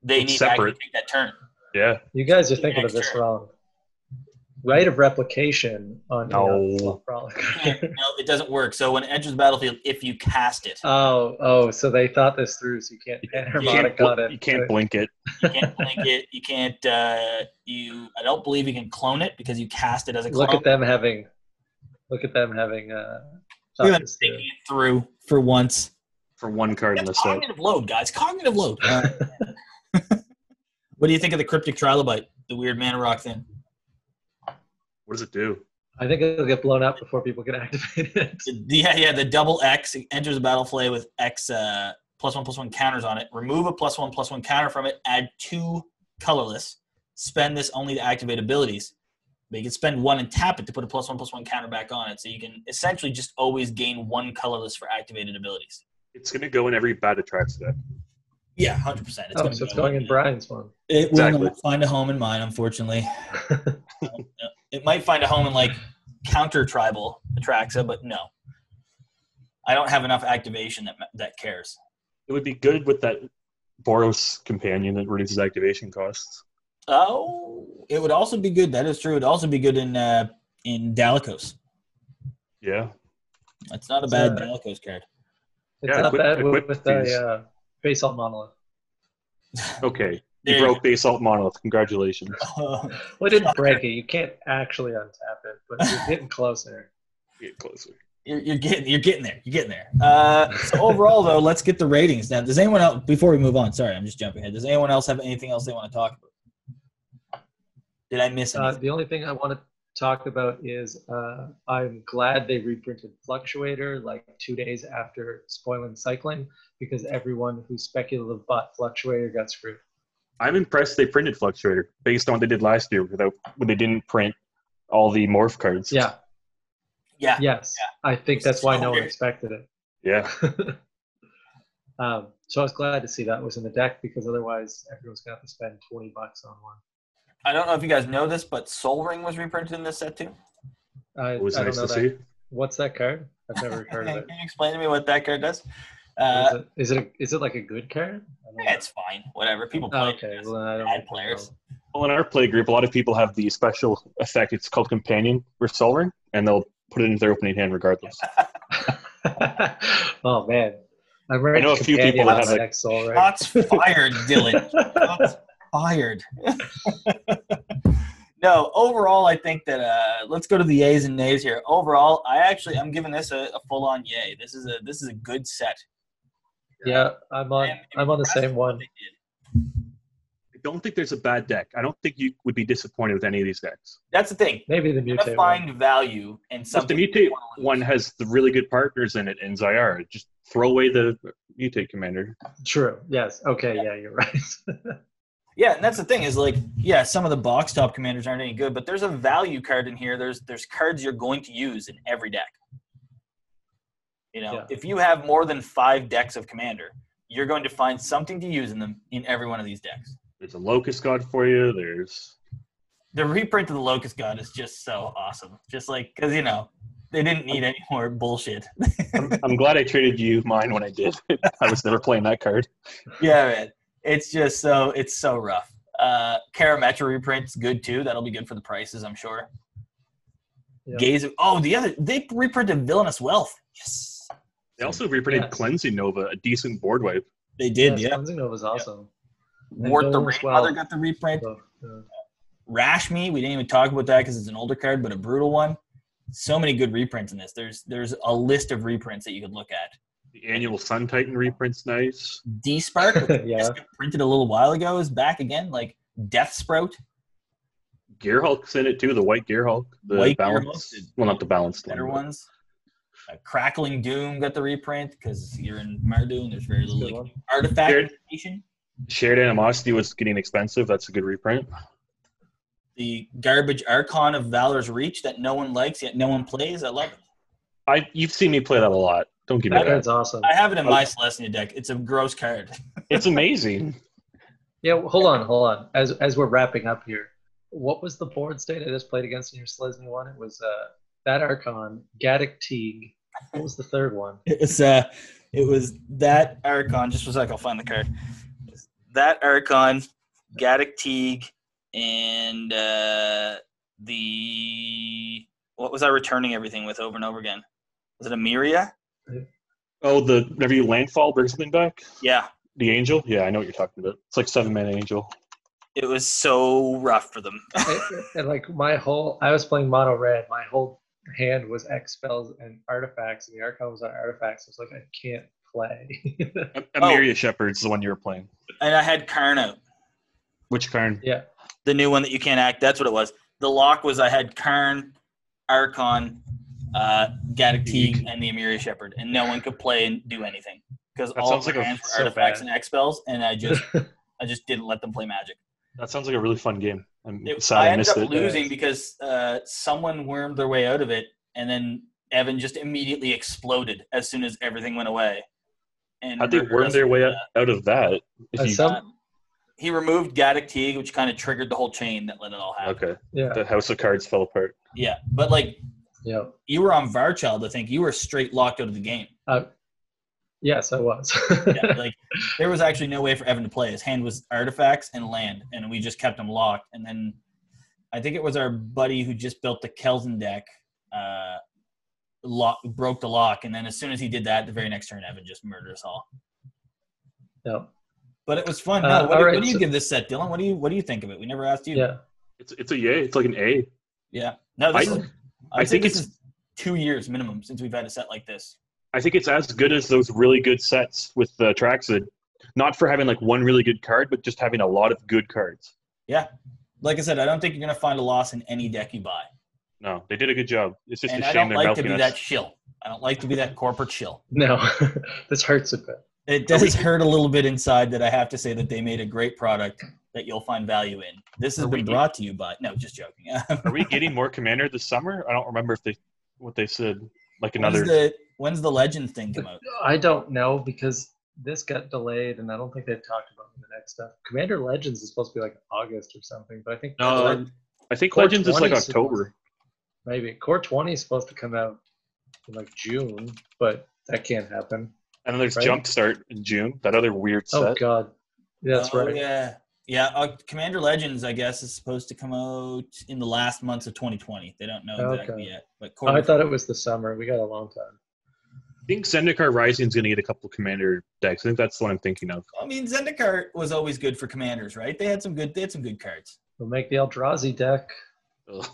S1: they
S3: It's
S1: need to actually
S3: separate.
S1: take that turn.
S3: Yeah.
S2: You guys are thinking of this
S1: Extra.
S2: wrong. Right of replication on
S3: No.
S2: Aeon Frolic.
S1: Yeah, no, it doesn't work. So when it enters the battlefield, if you cast it,
S2: oh, oh, so they thought this through, so you can't
S3: You
S2: ban
S3: You can't,
S2: harmonic
S3: bl-
S2: on it.
S3: you can't blink it.
S1: you can't blink it. You can't. Uh, you I don't believe you can clone it because you cast it as a clone.
S2: Look at them having look at them having uh
S1: Look at
S2: thought
S1: them
S2: this
S1: thinking it through for once.
S3: For one card in the
S1: That's
S3: set,
S1: cognitive load, guys. Cognitive load.
S2: through.
S1: What do you think of the cryptic trilobite, the weird mana rock thing?
S3: what does it do?
S2: I think it'll get blown up before people can activate it.
S1: The- yeah, yeah, the double X it enters the battlefield with X uh, plus one plus one counters on it. Remove a plus one plus one counter from it. Add two colorless. Spend this only to activate abilities. But you can spend one and tap it to put a plus one plus one counter back on it. So you can essentially just always gain one colorless for activated abilities.
S3: It's going to go in every bad attracts deck.
S1: Yeah, hundred percent.
S2: oh, so it's going in Brian's one.
S1: It will
S3: Exactly.
S1: not find a home in mine, unfortunately. Um, it might find a home in like counter tribal Atraxa, but no. I don't have enough activation that that cares.
S3: It would be good with that Boros companion that reduces activation costs.
S1: Oh, it would also be good. That is true. It would also be good in uh, in Dalicos.
S3: Yeah.
S1: That's not a
S2: It's,
S1: bad
S2: uh,
S1: Dalicos card.
S2: It's
S3: Yeah,
S2: not
S3: equip-
S2: bad with,
S3: equip
S2: with
S3: these.
S2: a uh, basalt monolith.
S3: Okay.
S1: There
S3: You
S1: you Oh,
S3: broke Basalt Monolith. Congratulations.
S1: go.
S2: Well, it didn't break it. You can't actually untap it, but you're getting closer.
S3: Get closer.
S1: you're, you're getting you're getting there. You're getting there. Uh, so overall, though, let's get the ratings now. Does anyone else before we move on? Sorry, I'm just jumping ahead. Does anyone else have anything else they want to talk about? Did I miss
S2: Uh,
S1: anything?
S2: the only thing I want to talk about is uh, I'm glad they reprinted Fluctuator like two days after spoiling Cycling because everyone who speculative bought Fluctuator got screwed.
S3: I'm impressed they printed Fluctuator based on what they did last year without when they didn't print all the morph cards.
S2: Yeah.
S1: yeah,
S2: Yes. I think that's why no one
S1: Weird.
S2: expected it.
S3: Yeah.
S2: um, so I was glad to see that was in the deck because otherwise everyone's going to have to spend 20 bucks on one.
S1: I don't know if you guys know this, but Soul Ring was reprinted in this set too.
S2: I,
S3: It was
S2: I
S3: nice
S2: don't know
S3: to
S2: that.
S3: see.
S2: What's that card? I've never heard of
S1: Can
S2: it.
S1: you explain to me what that card does? Uh,
S2: is, it, is it a- is it like a good card? I don't know.
S1: yeah, it's fine. Whatever. People
S2: Oh,
S1: play. it.
S2: okay. Well, then I don't
S1: bad
S2: know.
S1: players.
S3: Well, in our play group, a lot of people have the special effect. It's called Companion or Solring, and they'll put it into their opening hand regardless.
S2: oh man, I'm ready.
S3: know
S2: to
S3: a few
S2: companion
S3: people that
S2: on
S3: have
S2: my
S3: a-
S2: next soul right.
S1: Shots fired, Dylan. Shots fired. no, overall, I think that uh, let's go to the yays and nays here. Overall, I actually I'm giving this a, a full on yay. This is a this is a good set.
S2: Yeah, I'm on. I'm on the same one.
S1: They did.
S3: I don't think there's a bad deck. I don't think you would be disappointed with any of these decks.
S1: That's the thing.
S2: Maybe the
S1: You're gonna
S2: mutate. one.
S1: find value in
S3: But the
S1: something.
S3: mutate
S1: you wanna lose.
S3: one has the really good partners in it in Zyara. Just throw away the mutate commander.
S2: True. Yes. Okay. Yeah, you're right.
S1: Yeah, and that's the thing is like, yeah, some of the box top commanders aren't any good, but there's a value card in here. There's there's cards you're going to use in every deck. You know,
S2: Yeah.
S1: if you have more than five decks of commander, you're going to find something to use in them in every one of these decks.
S3: There's a locust god for you. There's
S1: The reprint of the Locust God is just so awesome. Just like because you know they didn't need any more bullshit.
S3: I'm, I'm glad I traded you mine when I did. I was never playing that card.
S1: yeah, man, it's just so it's so rough. Uh, Karametra reprint's good too. That'll be good for the prices, I'm sure.
S2: Yeah.
S1: Gaze of oh the other they reprinted Villainous Wealth. Yes,
S3: They also reprinted
S2: Yes.
S3: Cleansing Nova, a decent board wipe.
S1: they did.
S2: yeah.
S1: Yeah,
S2: Cleansing Nova's awesome.
S1: Wart the
S2: Villainous
S1: Rain Mother
S2: Wealth.
S1: got the reprint.
S2: So, uh,
S1: Rash Me we didn't even talk about that because it's an older card, but a brutal one. So many good reprints in this. There's there's a list of reprints that you could look at.
S3: The annual Sun Titan reprint's nice.
S1: D Spark, which
S2: Yeah.
S1: just got printed a little while ago, is back again. Like Death Sprout,
S3: Gearhulk's in it too. The white Gearhulk. The
S1: White
S3: balanced.
S1: Gearhulk.
S3: Well, not the balanced
S1: better
S3: one.
S1: ones. Uh, Crackling Doom got the reprint because you're in Mardu and there's very
S2: it's a good
S1: little like,
S2: one.
S1: artifact
S3: Jared?
S1: information.
S3: but Shared Animosity was getting expensive. That's a good reprint.
S1: The garbage Archon of Valor's Reach that no one likes yet no one plays. I love it.
S3: I you've seen me play that a lot. Don't give me
S2: That
S3: that.
S2: card's awesome.
S1: I have it in my Celestia deck. It's a gross card.
S3: It's amazing.
S2: Yeah, well, hold on, hold on. As as we're wrapping up here, what was the board state I just played against in your Slesny one? It was uh, that Archon, Gaddock Teague. What was the third one?
S1: It was uh, it was that Archon. Just was like I'll find the card. That Archon, Gaddock Teague, and uh, the what was I returning everything with over and over again? Was it Amiria?
S3: Oh, the whenever you landfall, bring something back.
S1: Yeah,
S3: The angel. Yeah, I know what you're talking about. It's like seven man angel.
S1: it was so rough for them.
S2: and, and, like my whole, I was playing mono red. My whole hand was X spells and artifacts, and the Archon was on artifacts. I was like, I can't play.
S3: Am- Emiria Shepherd's the one you were playing.
S1: and I had Karno,
S3: Which Karn?
S2: yeah,
S1: the new one that you can't act. That's what it was. The lock was I had Karn, Archon, uh, Gaddock Teague, and the Emiria Shepherd, and no one could play and do anything because
S3: That
S1: all of their
S3: sounds like a-
S1: hands were
S2: so
S1: artifacts
S2: bad.
S1: and X spells, and I just I just didn't let them play Magic.
S3: That sounds like a really fun game. I'm
S1: It-
S3: sad I,
S1: I ended
S3: missed
S1: up
S3: it.
S1: losing because uh, someone wormed their way out of it, and then Evan just immediately exploded as soon as everything went away. And
S3: How'd they worm their way out, out of that? If
S2: Uh,
S3: you,
S2: some,
S1: he removed Gaddock Teague, which kind of triggered the whole chain that let it all happen.
S3: okay,
S2: yeah,
S3: the House of Cards fell apart.
S1: Yeah, but like
S2: yeah.
S1: you were on Varchild, I think you were straight locked out of the game.
S2: Yes, I was.
S1: Yeah, like there was actually no way for Evan to play. His hand was artifacts and land, and we just kept him locked. And then I think it was our buddy who just built the Kelsen deck, uh, lock broke the lock, and then as soon as he did that, the very next turn, Evan just murdered us all.
S2: yeah.
S1: But it was fun. No,
S2: Uh,
S1: what, do,
S2: all right,
S1: what do you
S2: so-
S1: give this set, Dylan? What do you what do you think of it? We never asked you.
S2: yeah.
S3: It's it's a yay. It's like an A.
S1: Yeah. No, this
S3: I-
S1: is,
S3: I
S1: I
S3: think
S1: think this
S3: it's-
S1: is two years minimum since we've had a set like this.
S3: I think it's as good as those really good sets with the Traxid. Not for having like one really good card, but just having a lot of good cards.
S1: Like I said, I don't think you're gonna find a loss in any deck you buy.
S3: No, they did a good job. It's just
S1: and
S3: a
S1: I don't
S3: shame they're
S1: like to
S3: milking
S1: be
S3: us.
S1: that shill. I don't like to be that corporate shill.
S2: No, this hurts a bit.
S1: It does hurt a little bit inside that I have to say that they made a great product that you'll find value in. This has
S3: Are we-
S1: been brought to you by. No, just joking.
S3: Are we getting more Commander this summer? I don't remember if they what they said. Like
S1: when's
S3: another.
S1: the when's the legend thing come out?
S2: I don't know because this got delayed, and I don't think they've talked about it in the next stuff. Commander Legends is supposed to be like August or something, but I think
S3: No,
S1: Oh,
S2: Core-
S3: I think
S2: Core
S3: Legends is like
S2: 20 's supposed-
S3: October.
S2: maybe Core Twenty is supposed to come out in like June, but that can't happen.
S3: And then there's
S2: Right.
S3: Jumpstart in June, that other weird set.
S2: Oh God, Yeah, that's
S1: Oh,
S2: right.
S1: Yeah, yeah. Uh, Commander Legends, I guess, is supposed to come out in the last months of 2020. They don't know exactly
S2: Okay.
S1: yet, but
S2: Oh, I thought it was the summer. We got a long time.
S3: I think Zendikar Rising is going to get a couple Commander decks. I think that's the one I'm thinking of.
S1: I mean, Zendikar was always good for commanders, right? They had some good, they had some good cards.
S2: We'll make the Eldrazi deck.
S3: Ugh.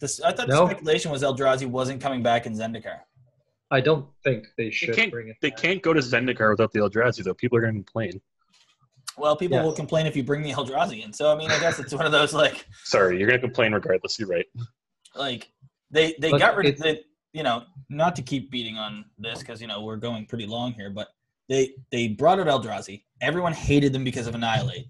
S1: This, I thought
S2: No.
S1: the speculation was Eldrazi wasn't coming back in Zendikar.
S2: I don't think they should
S3: can't-
S2: bring it.
S3: They
S2: back.
S3: can't go to Zendikar without the Eldrazi, though. People are going to complain.
S1: Well, people
S2: Yeah.
S1: will complain if you bring the Eldrazi in. So I mean, I guess it's one of those like,
S3: Sorry, you're going to complain regardless. You're right.
S1: like they they
S2: Look,
S1: got rid of
S2: it's-
S1: the, you know, not to keep beating on this because you know we're going pretty long here, but they they brought out Eldrazi. Everyone hated them because of Annihilate.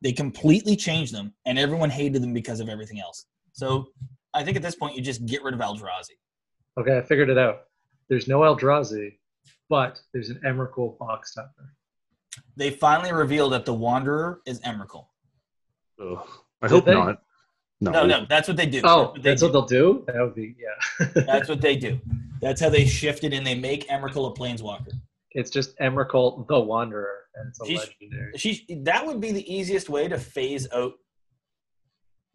S1: They completely changed them, and everyone hated them because of everything else. So I think at this point you just get rid of Eldrazi.
S2: Okay, I figured it out. There's no Eldrazi, but there's an Emrakul box topper.
S1: They finally revealed that the Wanderer is Emrakul.
S3: Ugh. I
S2: Did
S3: hope
S2: they?
S3: not. No.
S1: No, no, that's what they do.
S2: Oh,
S1: what they
S2: that's
S1: do.
S2: what they'll do. That would be yeah.
S1: That's what they do. That's how they shifted and they make Emrakul a planeswalker.
S2: it's just Emrakul the Wanderer, and it's a
S1: She's-
S2: legendary.
S1: She that would be the easiest way to phase out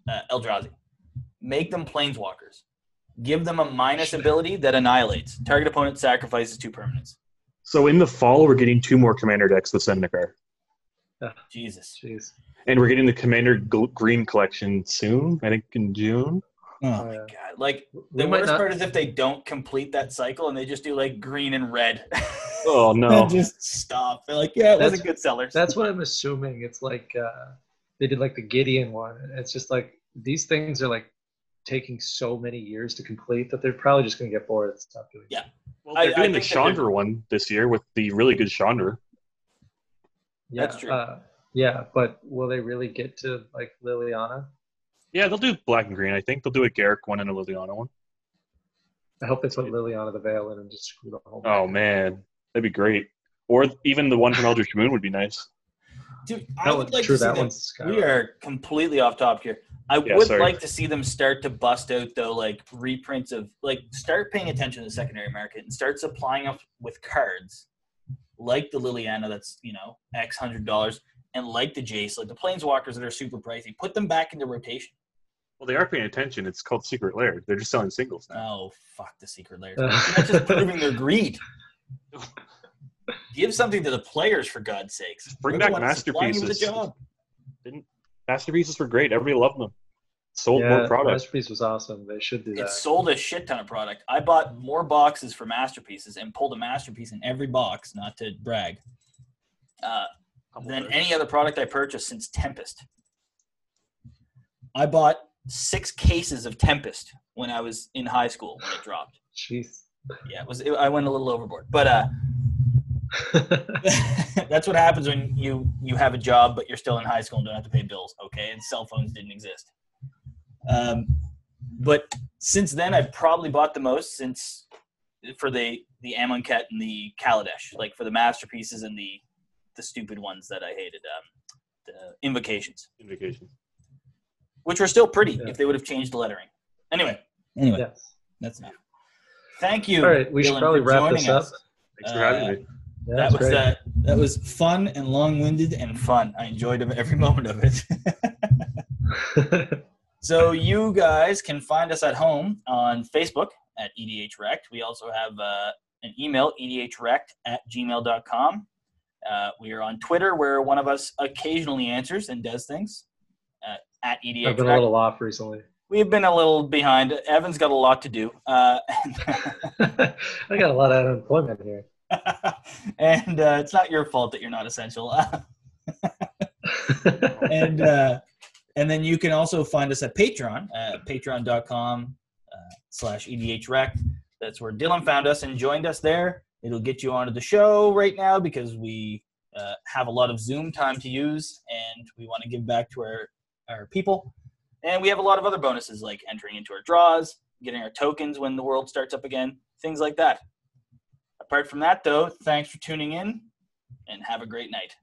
S1: uh, Eldrazi. Make them planeswalkers. Give them a minus ability that annihilates. Target opponent sacrifices two permanents.
S3: So in the fall, we're getting two more Commander decks with Zendikar.
S1: Jesus.
S2: Jeez.
S3: And we're getting the Commander G- Green collection soon, I think in June.
S1: Oh
S2: Oh,
S1: my
S2: yeah.
S1: god. Like
S2: We
S1: the
S2: might
S1: worst
S2: not.
S1: part is if they don't complete that cycle and they just do like green and red.
S3: Oh, no.
S1: And just stop. They're like, yeah, it
S2: That's-
S1: wasn't good sellers.
S2: That's what I'm assuming. It's like uh, they did like the Gideon one. and It's just like these things are like taking so many years to complete that they're probably just going to get bored and stop doing.
S1: Yeah.
S3: Well,
S1: I-
S3: they're
S1: I
S3: doing the
S1: think that they're-
S3: Chandra one this year with the really good Chandra.
S2: it. Yeah,
S1: That's true.
S2: Uh, yeah, but will they really get to like Liliana?
S3: Yeah, they'll do black and green. I think they'll do a Garrick one and a Liliana one.
S2: I hope they put Liliana the Veil in and just screw the whole.
S3: Oh man, that'd be great. Or even the one from Eldritch Moon would be nice.
S1: Dude,
S2: that
S1: I would
S2: one-
S1: like
S2: true,
S1: to see
S2: that
S1: them
S2: one's
S1: We
S2: skyrocketing.
S1: are completely off topic here. I
S3: Yeah,
S1: would
S3: sorry.
S1: like to see them start to bust out though, like reprints of like start paying attention to the secondary market and start supplying up with cards like the Liliana that's you know X hundred dollars and like the Jace, like the Planeswalkers that are super pricey. Put them back into rotation.
S3: Well, they are paying attention. It's called Secret Lair. They're just selling singles now.
S1: Oh fuck the secret layer. That's just
S2: Uh,
S1: proving their greed. Give something to the players for God's sakes.
S3: Bring
S1: They're
S3: back
S1: the ones supplying you with the
S3: masterpieces.
S1: job.
S3: Masterpieces were great. Everybody loved them. Sold
S2: yeah,
S3: more products.
S2: Masterpiece was awesome. They should do that.
S1: It sold a shit ton of product. I bought more boxes for masterpieces and pulled a masterpiece in every box, not to brag, uh, than any other product I purchased since Tempest. I bought six cases of Tempest when I was in high school when it dropped.
S2: Jeez.
S1: Yeah, it was. It, I went a little overboard, but uh, that's what happens when you you have a job but you're still in high school and don't have to pay bills okay and cell phones didn't exist um, but since then i've probably bought the most since for the the amonkhet and the kaladesh like for the masterpieces and the the stupid ones that i hated um, the invocations
S3: Indication.
S1: which were still pretty
S2: Yeah.
S1: if they would have changed the lettering anyway anyway
S2: yes.
S1: that's enough thank you
S2: All right, we should
S1: Dylan,
S2: probably
S1: for
S2: wrap
S1: joining
S2: this up.
S1: us.
S3: Thanks for having me.
S2: Yeah,
S1: that
S2: it's
S1: was
S2: great.
S1: uh, that was fun and long-winded and fun. I enjoyed every moment of it. uh, so you guys can find us at home on Facebook at EDH Rect. We also have uh, an email, edhrect at gmail.com. Uh, we are on Twitter where one of us occasionally answers and does things uh, at EDH
S2: I've been a little off recently.
S1: We've been a little behind. Evan's got a lot to do. Uh,
S2: I got a lot of unemployment here.
S1: and uh, it's not your fault that you're not essential. and uh, and then you can also find us at Patreon, uh, patreon.com uh, slash edhrect. That's where Dylan found us and joined us there. It'll get you onto the show right now because we uh, have a lot of Zoom time to use, and we want to give back to our our people. And we have a lot of other bonuses like entering into our draws, getting our tokens when the world starts up again, things like that. Apart from that, though, thanks for tuning in, and have a great night.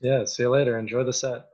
S2: yeah, see you later. Enjoy the set.